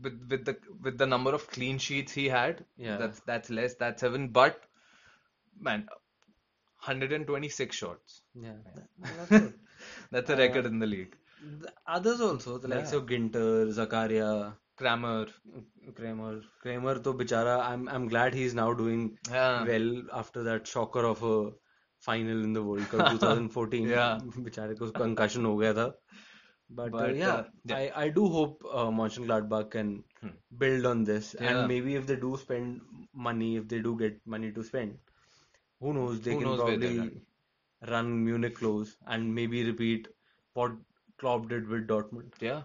S1: with with the with the number of clean sheets he had.
S2: Yeah.
S1: That's that's less, that's seven. But man, 126 shots.
S2: Yeah. That-
S1: That's a record in the league.
S2: The others also, the likes of Ginter, Zakaria,
S1: Kramer.
S2: Kramer. Kramer, though, bichara, I'm I'm glad he's now doing
S1: Yeah.
S2: well after that shocker of a final in the World Cup 2014.
S1: Yeah.
S2: बिचारे को concussion हो गया था. But, uh,
S1: But, uh,
S2: yeah,
S1: yeah. Hmm.
S2: I I do hope uh, Mönchengladbach can build on this,
S1: Yeah.
S2: and maybe if they do spend money, if they do get money to spend, who knows? They
S1: Who
S2: can
S1: knows where they're
S2: probably run Munich close and maybe repeat what Klopp did with Dortmund.
S1: Yeah.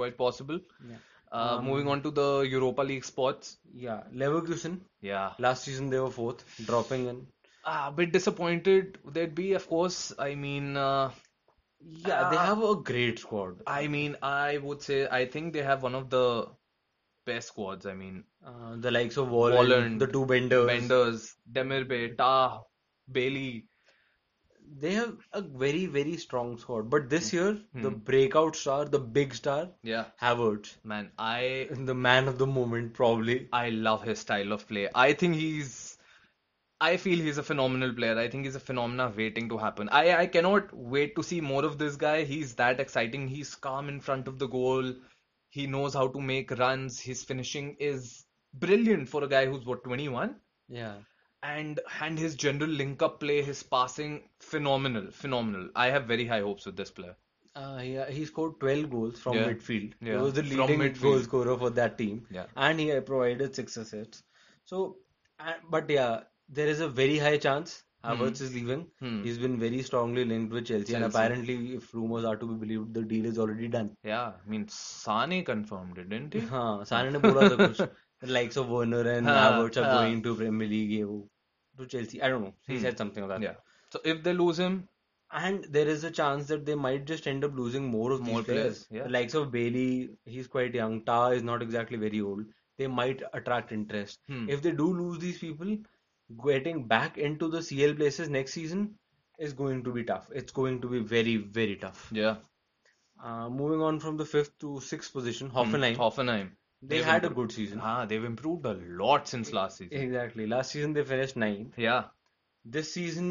S1: Quite possible. Uh, moving on to the Europa League spots.
S2: Yeah, Leverkusen.
S1: Yeah.
S2: Last season they were fourth, dropping in.
S1: Ah, a bit disappointed they'd be, of course. I mean, uh,
S2: Yeah, they have a great squad.
S1: I mean, I would say I think they have one of the best squads. I mean,
S2: Uh, the likes of Wallen,
S1: Wallen,
S2: the two Benders.
S1: Benders, Demirbay, Ta, Bailey.
S2: They have a very, very strong squad. But this year, the breakout star, the big star,
S1: Yeah,
S2: Havertz,
S1: man, I
S2: the man of the moment, probably.
S1: I love his style of play. I think he's I feel he's a phenomenal player. I think he's a phenomena waiting to happen. I I cannot wait to see more of this guy. He's that exciting. He's calm in front of the goal. He knows how to make runs. His finishing is brilliant for a guy who's what 21.
S2: Yeah.
S1: and and his general link up play, his passing, phenomenal, phenomenal. I have very high hopes with this player.
S2: Uh, he, he scored 12 goals from
S1: Yeah.
S2: midfield. He
S1: Yeah.
S2: was the
S1: From
S2: leading
S1: midfield.
S2: goal scorer for that team.
S1: Yeah.
S2: And he uh, provided six assists. So, uh, but yeah, there is a very high chance Havertz is leaving.
S1: Hmm.
S2: He's been very strongly linked with Chelsea, and
S1: Chelsea.
S2: apparently, if rumors are to be believed, the deal is already done.
S1: Yeah, I mean Sane confirmed it, didn't he?
S2: हाँ सारे ने बोला था कुछ The likes of Werner and
S1: हाँ,
S2: Havertz are
S1: हाँ.
S2: going to Premier League ये वो to Chelsea I don't know he
S1: Hmm.
S2: said something like that
S1: Yeah. So if they lose him,
S2: and there is a chance that they might just end up losing more of these
S1: More
S2: players
S1: players, yeah.
S2: the likes of Bailey he's quite young Ta is not exactly very old they might attract interest
S1: Hmm.
S2: if they do lose these people getting back into the CL places next season is going to be tough it's going to be very very tough
S1: yeah,
S2: uh, moving on from the fifth to sixth position
S1: hmm,
S2: Hoffenheim
S1: Hoffenheim.
S2: they
S1: They've
S2: had a
S1: improved.
S2: good season
S1: Ah, they've improved a lot since last season.
S2: Exactly. Last season they finished ninth.
S1: Yeah,
S2: This season,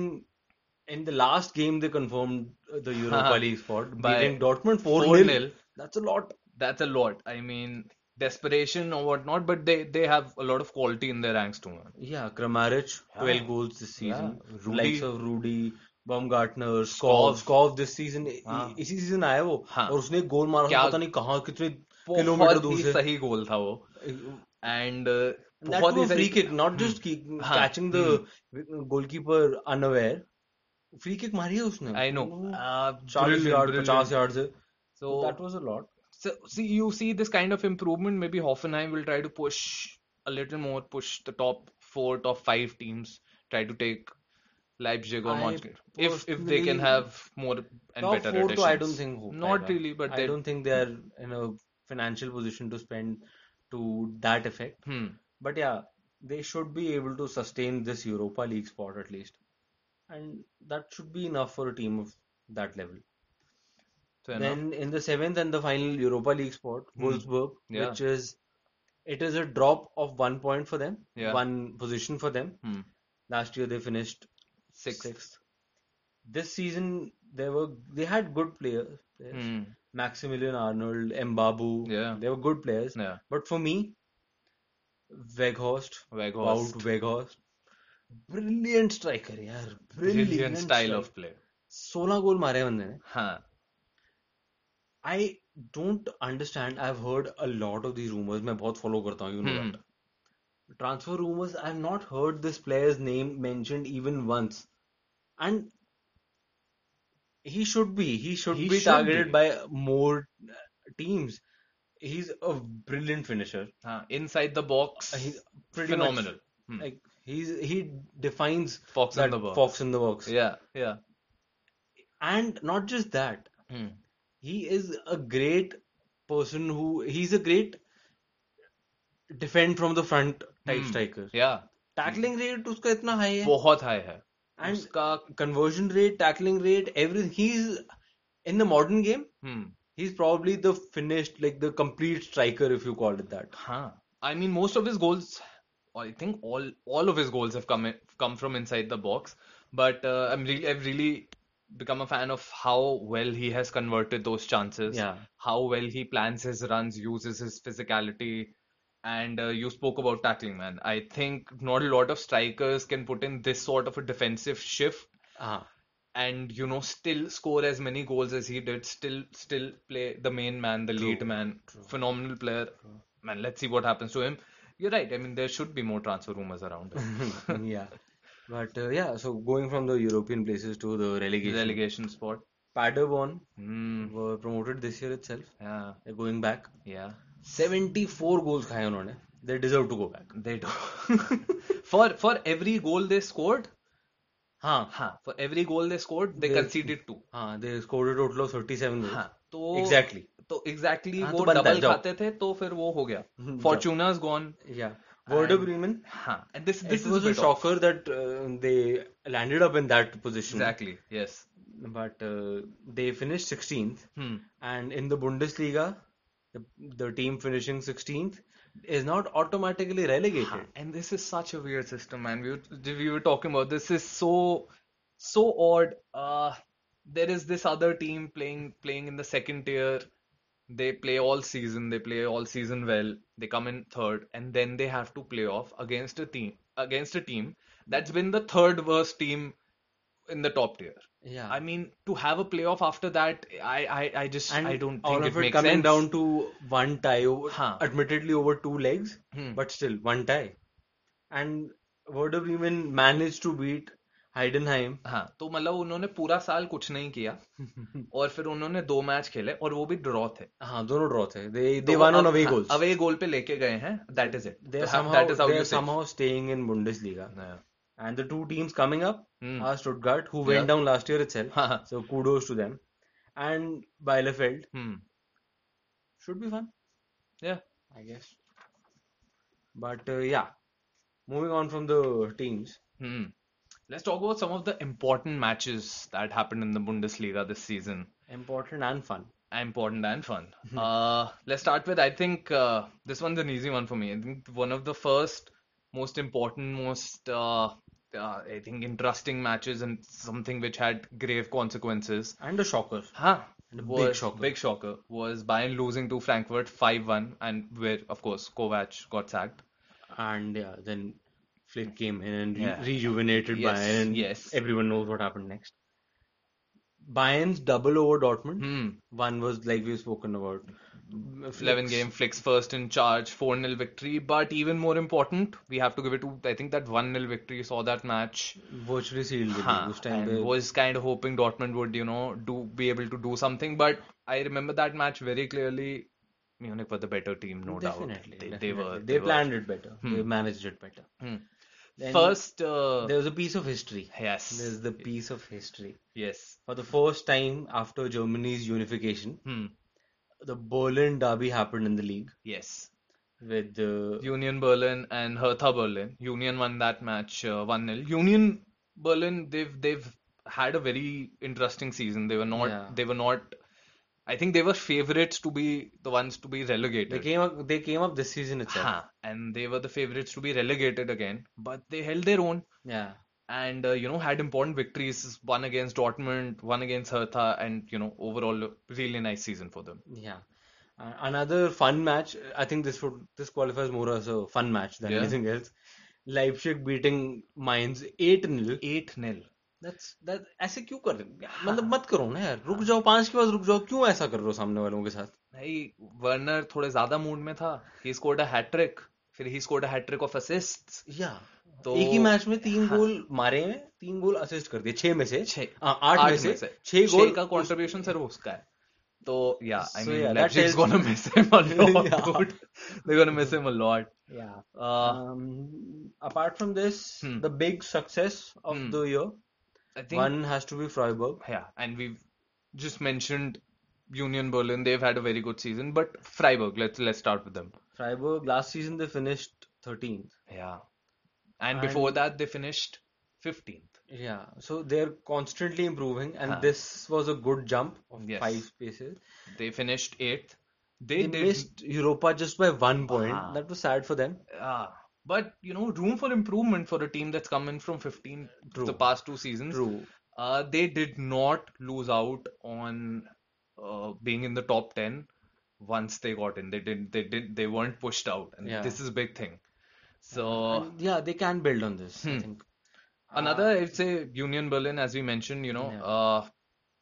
S2: in the last game, they confirmed uh, the Europa League spot,
S1: By
S2: beating Dortmund 4 0.
S1: 4-0.
S2: That's a lot.
S1: that's a lot. I mean, desperation or whatnot, but they they have a lot of quality in their ranks too, man.
S2: Yeah, Kramaric, 12
S1: Yeah.
S2: goals this season.
S1: Yeah.
S2: The Likes
S1: Rudy.
S2: of Rudy, Baumgartner, Skov.
S1: Skov.
S2: Skov this season, इ-
S1: हाँ.
S2: इसी season आया वो
S1: हाँ.
S2: और उसने गोल मारा था
S1: क्या-
S2: पता नहीं कहाँ कितने किलोमीटर
S1: बहुत
S2: दूर
S1: ही
S2: से
S1: सही गोल था वो and
S2: And that too a free kick, not just kick,
S1: हाँ. हम्म।
S2: catching the goalkeeper unaware. Free kick मारी है उसने
S1: आई नो
S2: वो
S1: Uh,
S2: 40 yard, 50 yard से
S1: So-
S2: that was a lot.
S1: So, see, you see this kind of improvement. Maybe Hoffenheim will try to push a little more, push the top four, top five teams, try to take Leipzig or
S2: I
S1: Munster. If if they can
S2: personally-
S1: have more and
S2: Top
S1: better
S2: four, though, I don't
S1: additions.
S2: think hope
S1: Not
S2: either.
S1: really, but
S2: I
S1: they
S2: don't think they are in a financial position to spend to that effect.
S1: hmm.
S2: But yeah, they should be able to sustain this Europa League spot at least, and that should be enough for a team of that level.
S1: Fair enough. Hmm.
S2: Then in the seventh and the final Europa League spot, Wolfsburg,
S1: Yeah.
S2: which is it is a drop of one point for them,
S1: Yeah.
S2: one position for them.
S1: Hmm.
S2: Last year they finished
S1: Sixth.
S2: sixth. This season they were they had good players.
S1: Hmm.
S2: Maximilian Arnold, Mbabu,
S1: Yeah.
S2: they were good players.
S1: Yeah.
S2: But for me, Weghorst, Wout
S1: Weghorst.
S2: Weghorst, brilliant striker, yeah,
S1: Brilliant
S2: brilliant,
S1: style
S2: striker.
S1: of play.
S2: 16 goal मारे बंदे ने.
S1: Huh.
S2: I don't understand. I've heard a lot of these rumors. मैं बहुत follow करता हूँ, you know
S1: Hmm.
S2: that. Transfer rumors. I've not heard this player's name mentioned even once, and he should be. He should
S1: He
S2: be
S1: should
S2: targeted
S1: be.
S2: by more uh, teams. He's a brilliant finisher.
S1: Huh. Inside the box.
S2: Uh, He's pretty much-
S1: phenomenal. Hmm.
S2: like he's he defines
S1: Fox in
S2: that
S1: the box.
S2: fox in the box.
S1: Yeah. Yeah.
S2: And not just that,
S1: Hmm.
S2: he is a great person who he's a great defend from the front type
S1: Hmm.
S2: striker.
S1: Yeah.
S2: Tackling rate उसका इतना high है
S1: बहुत high है.
S2: and
S1: उसका
S2: conversion rate, tackling rate, everything. He's in the modern game.
S1: hmm.
S2: He's probably the finished, like the complete striker, if you call it that.
S1: Huh. I mean, most of his goals, I think all all of his goals have come in, come from inside the box. But uh, I'm really, I've really become a fan of how well he has converted those chances.
S2: Yeah.
S1: How well he plans his runs, uses his physicality, and uh, you spoke about tackling, man. I think not a lot of strikers can put in this sort of a defensive shift
S2: Ah,
S1: and you know still score as many goals as he did still still play the main man the lead man phenomenal player man let's see what happens to him you're right i mean there should be more transfer rumors around him.
S2: Hmm, yeah. But uh, yeah, so going from the European places to the
S1: The
S2: relegation.
S1: relegation spot
S2: Paderborn
S1: Hmm.
S2: were promoted this year itself.
S1: yeah
S2: They're going back.
S1: yeah
S2: 74 goals खाए उन्होंने. They deserve to go back.
S1: they do for for every goal they scored
S2: हाँ.
S1: huh, for every goal they scored they
S2: They-
S1: conceded two
S2: हाँ, they scored a total of 37 goals.
S1: हाँ तो
S2: Exactly.
S1: तो exactly
S2: हाँ,
S1: वो
S2: तो बनता है,
S1: double
S2: जाओ।
S1: खाते थे तो फिर वो हो गया
S2: जाओ।
S1: Fortuna's gone
S2: Yeah. Werder Bremen.
S1: हाँ and this this
S2: This
S1: is
S2: was a
S1: bit off.
S2: shocker that uh, they landed up in that position.
S1: exactly yes
S2: But uh, they finished 16th.
S1: Hmm.
S2: And in the Bundesliga, the, the team finishing 16th is not automatically relegated.
S1: And this is such a weird system, man. We were, we were talking about this is so so odd. Uh, there is this other team playing playing in the second tier. They play all season. They play all season well. They come in third, and then they have to play off against a team against a team That's been the third worst team in the top tier.
S2: Yeah.
S1: I mean, to have a playoff after that, I, I, I just
S2: and
S1: I don't
S2: all
S1: think
S2: of
S1: it
S2: it
S1: makes
S2: coming
S1: sense.
S2: down to one tie, over,
S1: Huh.
S2: admittedly over two legs,
S1: Hmm.
S2: but still one tie. And Werder Bremen managed to beat Heidenheim.
S1: हाँ तो मतलब उन्होंने पूरा साल कुछ नहीं किया और फिर उन्होंने दो मैच खेले और वो भी ड्रॉ थे तो हाँ,
S2: हाँ दोनों ड्रॉ थे they they won on away goals
S1: away goal पे लेके गए हैं that is it
S2: they're somehow
S1: that is how
S2: they're
S1: you say
S2: somehow staying in Bundesliga and the two teams coming up
S1: Hmm.
S2: are Stuttgart who went
S1: Yeah.
S2: down last year itself
S1: हाँ
S2: so kudos to them and Bielefeld
S1: hmm
S2: should be fun
S1: yeah
S2: I guess but uh, yeah moving on from the teams
S1: Hmm. Let's talk about some of the important matches that happened in the Bundesliga this season.
S2: important and fun
S1: Important and fun.
S2: Hmm.
S1: Uh, let's start with, I think uh, this one's an easy one for me. I think one of the first, most important, most uh, uh, I think interesting matches and something which had grave consequences.
S2: and a shocker
S1: Huh.
S2: And a big
S1: was,
S2: shocker.
S1: Big shocker was Bayern losing to Frankfurt 5-1, and where of course Kovac got sacked.
S2: and yeah then Flick came in and re-
S1: Yeah.
S2: rejuvenated
S1: Yes,
S2: Bayern and
S1: yes.
S2: everyone knows what happened next Bayern's double over Dortmund
S1: Hmm.
S2: One was like we've spoken about.
S1: 11 game flicks first in charge 4-0 victory but even more important we have to give it to I think that 1-0 victory saw that match
S2: Virtually sealed the
S1: Huh,
S2: league. This time
S1: and
S2: they-
S1: was kind of hoping Dortmund would you know do be able to do something but I remember that match very clearly Munich were the better team no
S2: definitely,
S1: doubt they, they
S2: definitely.
S1: were
S2: They
S1: were.
S2: planned it better. They
S1: Hmm.
S2: managed it better.
S1: Hmm.
S2: Then
S1: first uh,
S2: there was a piece of history.
S1: yes
S2: There's the piece of history.
S1: yes
S2: For the first time after Germany's unification,
S1: hmm
S2: the Berlin derby happened in the league
S1: yes
S2: with the
S1: Union Berlin and Hertha Berlin. Union won that match uh, 1-0. Union Berlin they've they've had a very interesting season. They were not
S2: Yeah.
S1: they were not I think they were favorites to be the ones to be
S2: they
S1: relegated.
S2: came up they came up this season itself.
S1: Ha, and they were the favorites to be relegated again, but they held their own
S2: Yeah.
S1: and uh, you know had important victories, one against Dortmund, one against Hertha and you know overall a really nice season for them.
S2: Yeah. Uh, another fun match. I think this would this qualifies more as a fun match than
S1: Yeah.
S2: anything else. Leipzig beating Mainz 8-0.
S1: 8-0.
S2: That's that ऐसे क्यों कर रहे मतलब मत करो ना यार रुक जाओ पांच के पास रुक जाओ क्यों ऐसा कर रहे हो सामने वालों के साथ
S1: भाई वर्नर थोड़े ज्यादा मूड में था ही स्कोर्ड अ हैट्रिक फिर he scored a hat trick of assists
S2: या
S1: तो
S2: एक ही मैच में तीन गोल मारे हैं तीन गोल असिस्ट कर दिए छह में से
S1: छह
S2: हाँ, आठ में से छह
S1: छह
S2: गोल
S1: का कंट्रीब्यूशन सर उसका है तो या I
S2: So,
S1: mean
S2: yeah,
S1: let's
S2: that tells-
S1: gonna miss him a lot
S2: Yeah.
S1: dude they gonna miss him a lot
S2: या um, apart from this
S1: Hmm.
S2: the big success of
S1: Hmm.
S2: the year
S1: I think
S2: one has to be Freiburg
S1: yeah and we've just mentioned Union Berlin they've had a very good season but Freiburg let's let's start with them
S2: Freiburg last season they finished 13th
S1: yeah and before
S2: And-
S1: that they finished 15th
S2: Yeah, so they're constantly improving, and
S1: Huh.
S2: this was a good jump of
S1: Yes.
S2: five spaces.
S1: they finished 8th they,
S2: They
S1: did
S2: missed Europa just by one point.
S1: Ah.
S2: That was sad for them.
S1: Ah, but you know, room for improvement for a team that's come in from 15
S2: True.
S1: the past two seasons.
S2: True.
S1: Uh, they did not lose out on uh, being in the top 10 once they got in. They did. They did. They weren't pushed out, and
S2: Yeah.
S1: this is a big thing. So
S2: And yeah, they can build on this, I
S1: Oh. Hmm.
S2: think.
S1: another, I'd say Union Berlin, as we mentioned, you know,
S2: Ah. Yeah.
S1: uh,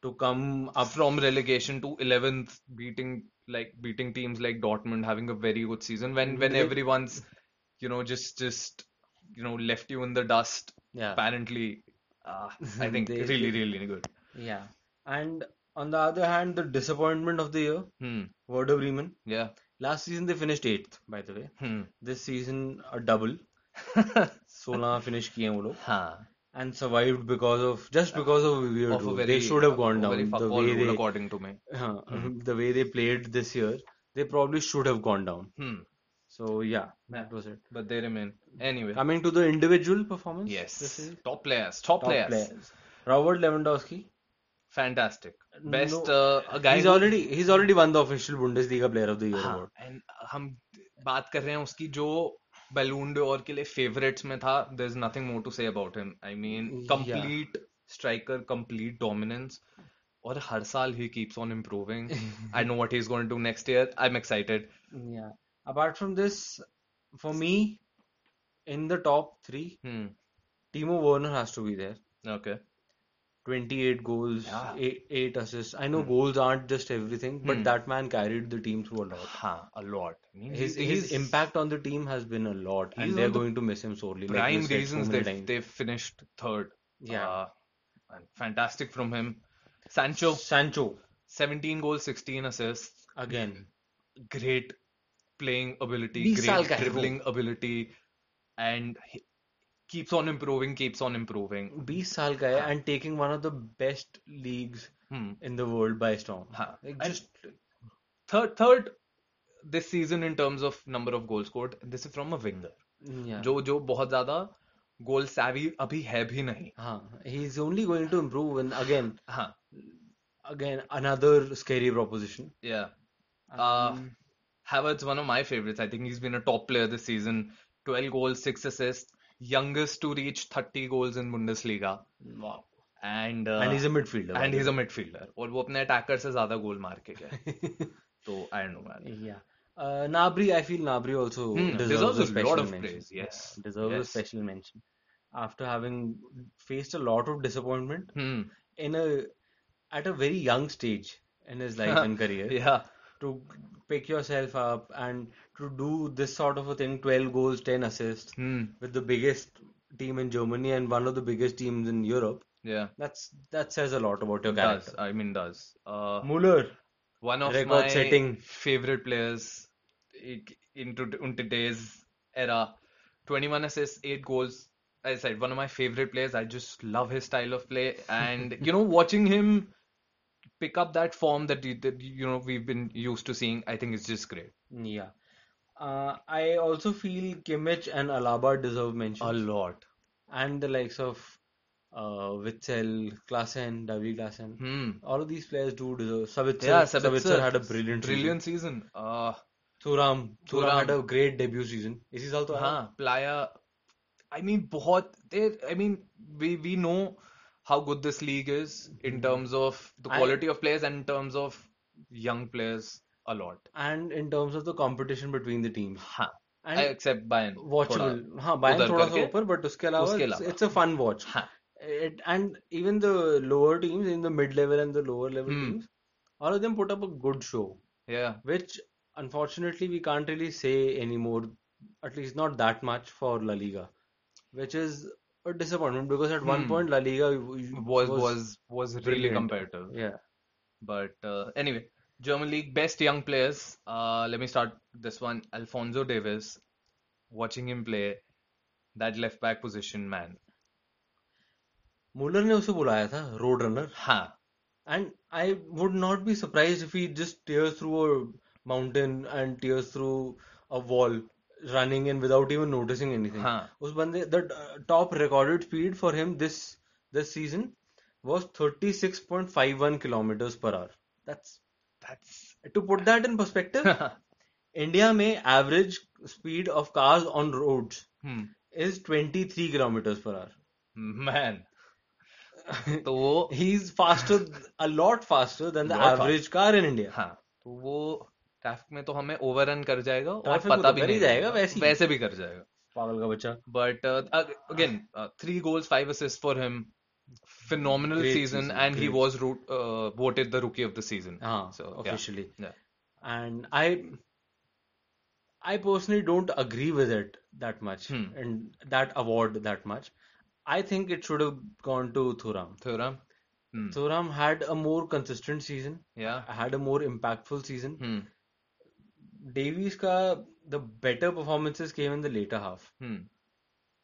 S2: To come
S1: up
S2: up,
S1: from relegation to 11th, beating like beating teams like Dortmund, having a very good season when when
S2: They-
S1: everyone's you know just just you know left you in the dust.
S2: yeah,
S1: apparently uh, I think
S2: They-
S1: really really good.
S2: yeah. And on the other hand, the disappointment of the year,
S1: Hmm.
S2: Werder Bremen.
S1: Yeah.
S2: Last season they finished eighth, by the way.
S1: Hmm.
S2: This season a double, 16 finish किए हैं वो लोग.
S1: Huh.
S2: and survived because of just because of a weird
S1: Of a
S2: rule.
S1: very
S2: they should have gone
S1: a
S2: down
S1: very fuck
S2: the
S1: all
S2: way
S1: rule
S2: they
S1: according to me.
S2: huh, the way they played this year they probably should have gone down
S1: Hmm.
S2: so yeah that was it
S1: But they remain anyway.
S2: coming to the individual performance this
S1: yes.
S2: is
S1: Top players. Top,
S2: top
S1: players.
S2: players Robert Lewandowski
S1: Fantastic. Best
S2: No,
S1: uh, a guy.
S2: he's
S1: who-
S2: already he's already won the official Bundesliga player of the year
S1: हाँ,
S2: award
S1: and हम बात कर रहे हैं उसकी जो Ballon d'Or के लिए फेवरेट्स में था there is nothing more to say about him I mean
S2: Yeah.
S1: Complete striker complete dominance और हर साल he keeps on improving I know what he is going to next year I am excited
S2: yeah apart from this for me in the top 3
S1: hmm
S2: Timo Werner has to be there.
S1: Okay.
S2: 28 goals,
S1: Yeah.
S2: eight, eight assists. I know
S1: Hmm.
S2: goals aren't just everything, but
S1: Hmm.
S2: that man carried the team through हाँ, a lot.
S1: Huh, a lot. I mean,
S2: His
S1: he-
S2: his
S1: he's-
S2: impact on the team has been a lot, and
S1: he's
S2: they're
S1: on the
S2: going to miss him sorely. Like we
S1: prime
S2: said so
S1: reasons
S2: many
S1: they
S2: times.
S1: they finished third.
S2: Yeah.
S1: Uh, and fantastic from him. Sancho,
S2: Sancho
S1: 17 goals, 16 assists.
S2: again.
S1: Hmm. Great playing ability,
S2: Visal
S1: great
S2: Cairo.
S1: dribbling ability, and he keeps on improving, keeps on improving.
S2: Be साल का है and taking one of the best leagues
S1: Hmm.
S2: in the world by storm.
S1: Huh.
S2: Like
S1: And
S2: just
S1: third, third this season in terms of number of goals scored. This is from a winger.
S2: yeah.
S1: जो जो बहुत ज्यादा गोल savvy अभी है भी नहीं
S2: हाँ, he's only going to improve and again
S1: हाँ
S2: again another scary proposition.
S1: yeah Uh,
S2: Um,
S1: Havertz one of my favorites I think he's been a top player this season 12 goals 6 assists youngest to reach 30 goals in Bundesliga
S2: wow.
S1: and
S2: And
S1: uh,
S2: he's a midfielder. by
S1: and
S2: the
S1: he's a midfielder और वो अपने attacker से ज्यादा गोल मार के गया
S2: way.
S1: तो I don't know man
S2: Yeah. Uh, Nabri, I feel Nabri also
S1: Hmm,
S2: deserves
S1: deserves
S2: a
S1: a
S2: special
S1: lot of
S2: mention.
S1: praise, yes,
S2: Yeah, deserves a
S1: yes.
S2: special mention. After having faced a lot of disappointment
S1: hmm
S2: in a at a very young stage in his life and career,
S1: yeah
S2: to pick yourself up and to do this sort of a thing, 12 goals, 10 assists
S1: hmm
S2: with the biggest team in Germany and one of the biggest teams in Europe,
S1: yeah
S2: that's that says a lot about your
S1: does
S2: character.
S1: I mean does uh
S2: Muller,
S1: one of
S2: Record
S1: my
S2: setting.
S1: favorite players i- into in today's era. 21 assists, 8 goals. As I said, one of my favorite players. I just love his style of play. And, you know, watching him pick up that form that, you- that you know, we've been used to seeing, I think is just great.
S2: yeah. Uh, I also feel Kimmich and Alaba deserve mention.
S1: A lot.
S2: and the likes of uh, Witzel, Klassen, Davi Klassen.
S1: Hmm.
S2: All of these players do deserve. Savitzer,
S1: Yeah,
S2: Savitzer
S1: Sabitzer.
S2: had a brilliant
S1: Brilliant season. Uh,
S2: season. Thuram, Thuram,
S1: Thuram.
S2: had a great debut season. Is he also
S1: हाँ Playa I mean बहुत they I mean we we know how good this league is in terms of the
S2: Mm-hmm. I-
S1: quality of players and in terms of young players a lot
S2: And in terms of the competition between the teams.
S1: हाँ
S2: And
S1: except Bayern थोड़ा
S2: watchable. हाँ, Bayern
S1: उधर
S2: थोड़ा सा
S1: करके,
S2: ऊपर, but उसके अलावा
S1: उसके
S2: it's,
S1: अलावा।
S2: it's a fun watch.
S1: हाँ
S2: It, and even the lower teams, in the mid-level and the lower level
S1: Hmm.
S2: teams, all of them put up a good show.
S1: yeah
S2: which unfortunately we can't really say anymore, at least not that much for La Liga, which is a disappointment because at one
S1: Hmm.
S2: point La Liga w-
S1: was was was really
S2: brilliant.
S1: competitive
S2: yeah
S1: But uh, anyway, German League best young players. Uh, let me start this one. Alfonso Davis, watching him play that left back position, man.
S2: Muller ने उसे बुलाया था road runner
S1: Ha.
S2: and I would not be surprised if he just tears through a mountain and tears through a wall running in without even noticing anything.
S1: Huh.
S2: उस बंदे the uh, top recorded speed for him this this season was 36.51 kilometers per hour. That's
S1: That's
S2: To put that in perspective, India may average speed of cars on roads
S1: hmm.
S2: is 23 kilometers per hour.
S1: man. तो वो
S2: He's faster, a lot faster than the
S1: Lot
S2: average car in India.
S1: हाँ तो वो traffic में तो हमें overrun कर जाएगा और
S2: Traffic को
S1: पता
S2: तो
S1: भी
S2: कर ही
S1: नहीं
S2: जाएगा,
S1: लगेगा।
S2: वैसे ही।
S1: वैसे भी कर जाएगा
S2: पागल का बच्चा.
S1: But uh, ag- again, uh, three goals, five assists for him. Phenomenal
S2: Great
S1: season,
S2: season,
S1: and he
S2: great
S1: was root, uh, voted the rookie of the season.
S2: हाँ,
S1: So yeah,
S2: officially.
S1: yeah,
S2: And I, I personally don't agree with it that much
S1: Hmm.
S2: and that award that much. I think it should have gone to Thuram.
S1: Thuram. Hmm.
S2: Thuram had a more consistent season,
S1: Yeah.
S2: had a more impactful season.
S1: Hmm.
S2: Davies ka the better performances came in the later half.
S1: Hmm.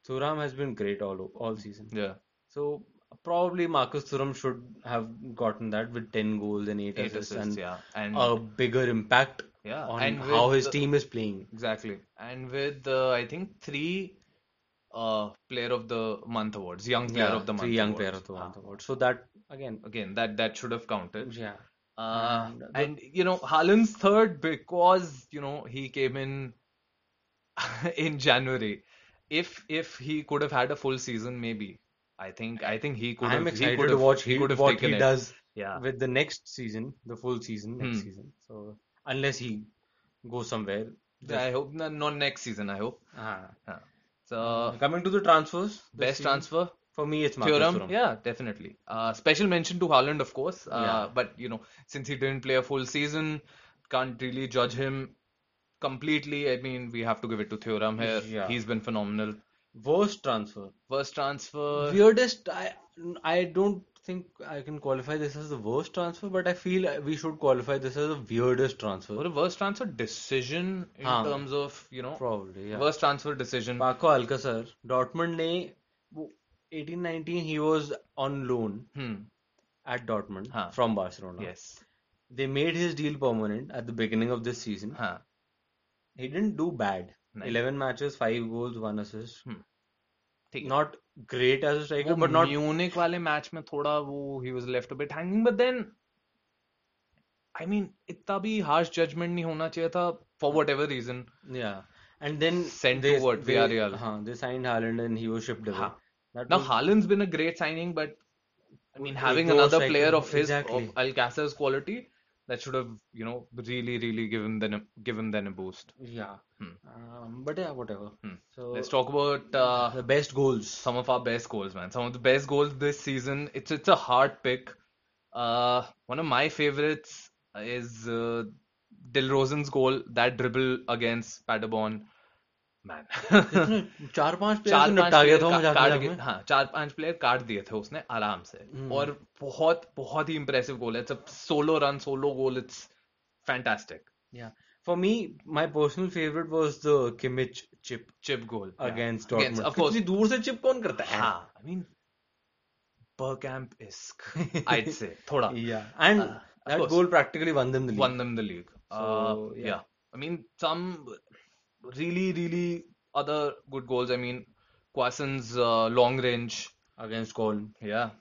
S2: Thuram has been great all all season.
S1: Yeah.
S2: So probably Marcus Thuram should have gotten that with 10 goals and 8
S1: Eight
S2: assists
S1: assists.
S2: and
S1: yeah. And
S2: a bigger impact
S1: yeah.
S2: on
S1: and
S2: how
S1: with
S2: his
S1: the-
S2: team is playing.
S1: Exactly. And with uh, I think three uh player of the month awards, young player
S2: Yeah,
S1: of the month
S2: three young
S1: awards.
S2: player of the
S1: Ah.
S2: month award. So that again,
S1: Again, that that should have counted.
S2: yeah.
S1: Uh,
S2: And the-
S1: and you know, Haaland's third because you know he came in in January. If if he could have had a full season, maybe I think I think he could
S2: I'm
S1: have.
S2: excited
S1: he could
S2: to
S1: have,
S2: watch
S1: he
S2: he,
S1: could have
S2: what
S1: taken
S2: he
S1: it.
S2: does
S1: Yeah,
S2: with the next season, the full season next
S1: Hmm.
S2: season. So unless he goes somewhere,
S1: I hope not, not next season. I hope.
S2: Ah.
S1: Ah. Uh,
S2: Coming to the transfers, this
S1: best
S2: season,
S1: transfer
S2: for me it's Marcus
S1: theorem.
S2: Thuram.
S1: Yeah, definitely. Uh, special mention to Haaland, of course. Uh,
S2: Yeah.
S1: but you know, since he didn't play a full season, can't really judge him completely. I mean, we have to give it to Theorem here.
S2: Yeah.
S1: He's been phenomenal.
S2: Worst transfer.
S1: Worst transfer.
S2: Weirdest. I I don't think I can qualify this as the worst transfer, but I feel we should qualify this as the weirdest
S1: Or
S2: transfer.
S1: a worst transfer decision in
S2: हाँ.
S1: terms of, you know,
S2: Probably. Yeah.
S1: worst transfer decision.
S2: Paco Alcacer. Dortmund ने 18-19 he was on loan
S1: Hmm.
S2: at Dortmund
S1: Huh.
S2: from Barcelona.
S1: Yes.
S2: They made his deal permanent at the beginning of this season.
S1: Huh.
S2: He didn't do bad.
S1: Nice.
S2: 11 matches, 5 goals, 1 assist.
S1: Hmm. ठीक है.
S2: Not great as a striker,
S1: वो
S2: but not
S1: Munich वाले match में थोड़ा वो ही was left a bit hanging but then I mean इतना भी harsh judgement नहीं होना चाहिए था for whatever reason
S2: Yeah, and then
S1: Sent
S2: they,
S1: to what?
S2: they,
S1: Villarreal.
S2: huh, they signed Haaland and he was shipped away.
S1: Huh.
S2: That
S1: now
S2: was-
S1: Haaland's been a great signing but I mean
S2: With
S1: having
S2: those
S1: another
S2: cycle-
S1: player of his
S2: exactly.
S1: of Alcacer's quality that should have you know really really given them given them a boost
S2: yeah.
S1: Hmm.
S2: Um, but yeah, whatever.
S1: Hmm.
S2: So
S1: let's talk about uh,
S2: the best goals.
S1: some of our best goals man some of the best goals this season it's it's a hard pick uh one of my favorites is uh, Dil Rosen's goal that dribble against Paderborn man
S2: चार पांच
S1: चार पांच
S2: player निपटा गया
S1: player
S2: था
S1: का-
S2: मजाक
S1: काट
S2: मजाक
S1: गए-
S2: में
S1: हाँ चार पांच प्लेयर काट दिए थे उसने आराम से
S2: हम्म।
S1: और बहुत बहुत ही इम्प्रेसिव गोल है it's a solo run solo goal it's fantastic
S2: Yeah. For me, my personal favorite was the Kimmich chip
S1: chip goal
S2: against
S1: Against,
S2: Dortmund.
S1: of course.
S2: कितनी दूर से chip कौन करता है?
S1: हाँ आई मीन Bergkamp इस्क I'd say थोड़ा
S2: Yeah. And
S1: Uh, of
S2: that
S1: course.
S2: goal practically won them the league.
S1: won them the league. Uh,
S2: So, yeah.
S1: yeah. I mean, some really, really other good goals. I mean, Quasen's uh, long range.
S2: against Cologne.
S1: Yeah.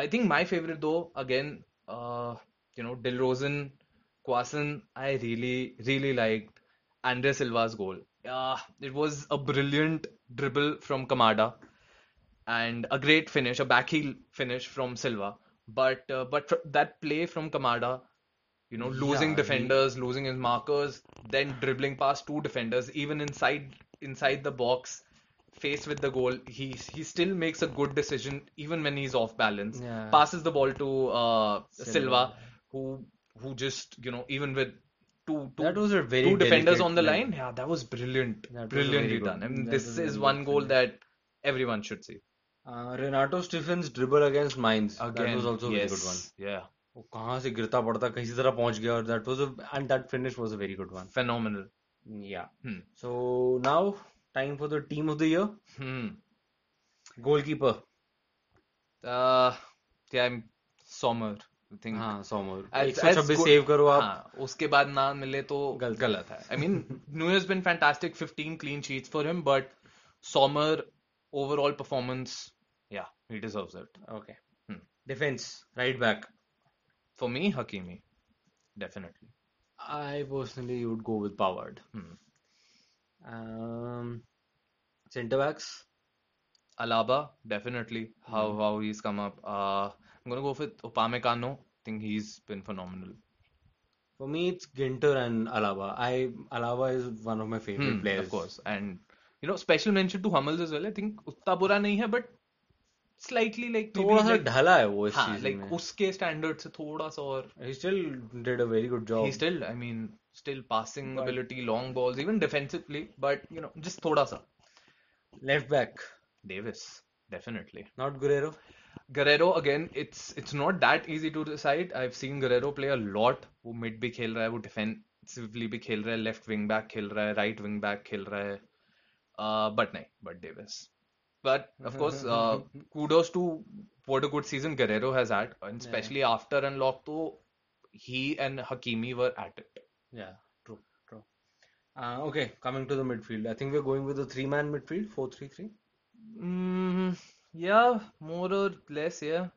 S1: I think my favorite, though, again, uh, you know, Dilrosen, Quasen, I really, really liked Andre Silva's goal. Uh, it was a brilliant dribble from Kamada and a great finish, a backheel finish from Silva. But uh, but fr- that play from Kamada, you know, losing
S2: Yeah, he-
S1: defenders, losing his markers, then dribbling past two defenders, even inside inside the box, faced with the goal, he he still makes a good decision even when he's off balance.
S2: Yeah.
S1: Passes the ball to uh, Silva,
S2: Silva.
S1: who who just you know even with two two
S2: That was a very
S1: two defenders
S2: delicate
S1: on the
S2: play.
S1: line, yeah, that was brilliant,
S2: That was a
S1: brilliantly
S2: very good-
S1: done. I mean,
S2: that
S1: this
S2: was a
S1: is
S2: very
S1: one
S2: good
S1: goal
S2: finish.
S1: that everyone should see.
S2: Uh, Renato Stephens dribble against Mainz. that was also a very good one.
S1: Yeah,
S2: वो कहाँ से गिरता पड़ता किसी तरह पहुंच गया और that was a and that finish was a very good one.
S1: phenomenal.
S2: Yeah.
S1: Hmm.
S2: So now time for the team of the year.
S1: Hmm.
S2: Goalkeeper.
S1: Uh, yeah, I'm Sommer. I think.
S2: हाँ Sommer.
S1: Hmm. As-
S2: 126
S1: as good-
S2: save करो आप.
S1: हाँ, उसके बाद ना मिले तो
S2: गलत।
S1: गलत है I mean new has been fantastic 15 clean sheets for him but Sommer overall performance yeah he deserves it
S2: Okay.
S1: Hmm.
S2: Defense. Right back.
S1: For me Hakimi definitely
S2: I personally would go with Pavard.
S1: Hmm.
S2: Um, centre backs.
S1: Alaba, definitely. How
S2: Hmm.
S1: how he's come up. Uh, I'm gonna go with Upamecano. I think he's been phenomenal.
S2: For me, it's Ginter and Alaba. I Alaba is one of my favorite
S1: Hmm,
S2: players.
S1: of course. And you know, special mention to Hummels as well. I think उतना बुरा नहीं है, but slightly like maybe
S2: थोड़ा सा
S1: like
S2: ढला है वो इस
S1: हाँ,
S2: season
S1: like
S2: में.
S1: उसके standard से थोड़ा सा और
S2: He still did a very good job.
S1: he still, I mean, still passing
S2: But-
S1: ability, long balls, even defensively. But you know, just थोड़ा सा.
S2: Left back,
S1: Davis, definitely.
S2: not Guerrero.
S1: Guerrero again, it's it's not that easy to decide. I've seen Guerrero play a lot. वो mid भी खेल रहा है, वो defensively भी खेल रहा है, left wing back खेल रहा है, right wing back खेल रहा है. Uh, but नहीं, but Davis. But of course, uh, kudos to what a good season Guerrero has had, and
S2: Yeah.
S1: especially after unlock, though he and Hakimi were at it.
S2: Yeah, true, true. Uh, okay, coming to the midfield. I think we're going with the three-man midfield, 4-3-3.
S1: Mm, yeah, more or less, yeah.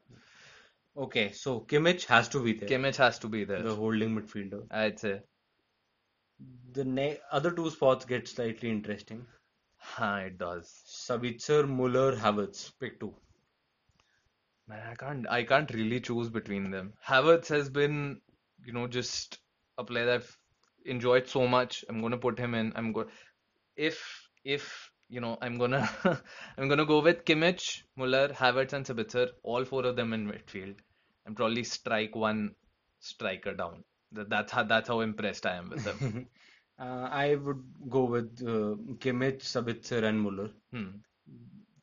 S2: Okay, so Kimmich has to be there,
S1: Kimmich has to be there.
S2: the holding midfielder.
S1: I'd say.
S2: The ne other two spots get slightly interesting.
S1: हाँ, it does.
S2: Sabitzer, Muller, Havertz, pick two.
S1: Man, I can't I can't really choose between them. Havertz has been, you know, just a player that I've enjoyed so much. I'm gonna put him in. I'm going if if you know, I'm gonna I'm gonna go with Kimmich, Muller, Havertz, and Sabitzer, all four of them in midfield, and probably strike one striker down. That, that's how that's how impressed I am with them.
S2: Uh, I would go with uh, Kimmich, Sabitzer, and Muller.
S1: Hmm.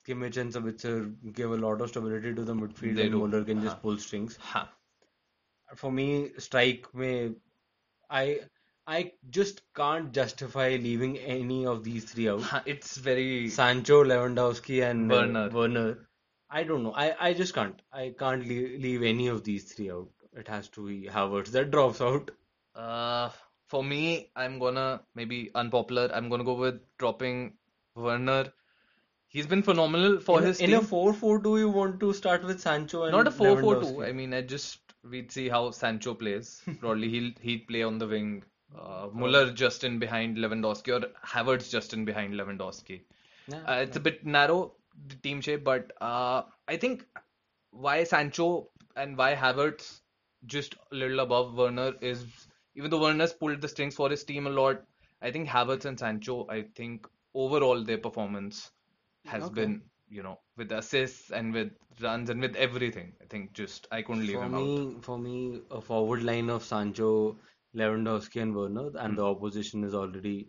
S2: Kimmich and Sabitzer give a lot of stability to the midfield,
S1: They
S2: and
S1: do.
S2: Muller can just
S1: हाँ.
S2: pull strings.
S1: Huh.
S2: For me, strike में I I just can't justify leaving any of these three out.
S1: Huh, It's very
S2: Sancho, Lewandowski, and uh,
S1: Werner.
S2: Werner. I don't know. I, I just can't. I can't leave, leave any of these three out. It has to be Havertz that drops out.
S1: Uh, for me, I'm gonna maybe unpopular. I'm gonna go with dropping Werner. He's been phenomenal for
S2: In,
S1: his
S2: in a
S1: team.
S2: 4-4-2, you want to start with Sancho and
S1: Not a 4-4-2. I
S2: Lewandowski.
S1: mean, I just we'd see how Sancho plays. Probably he'll he'd play on the wing. Uh,
S2: Probably.
S1: Muller just in behind Lewandowski or Havertz just in behind Lewandowski.
S2: Yeah,
S1: Uh, it's a bit narrow, the team shape, but uh, I think why Sancho and why Havertz just a little above Werner is even though Werner's pulled the strings for his team a lot, I think Havertz and Sancho, I think overall their performance has
S2: Okay.
S1: been, you know, with assists and with runs and with everything. I think just I couldn't leave
S2: For
S1: him out.
S2: me, for me, a forward line of Sancho, Lewandowski, and Werner, and the opposition is already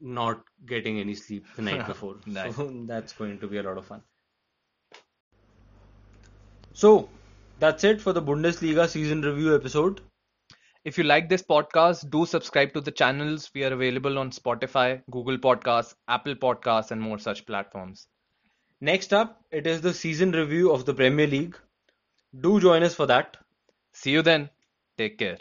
S2: not getting any sleep the night before.
S1: Nice.
S2: So that's going to be a lot of fun. So that's it for the Bundesliga season review episode.
S1: If you like this podcast, do subscribe to the channels. We are available on Spotify, Google Podcasts, Apple Podcasts, and more such platforms.
S2: Next up, it is the season review of the Premier League. Do join us for that.
S1: See you then. Take care.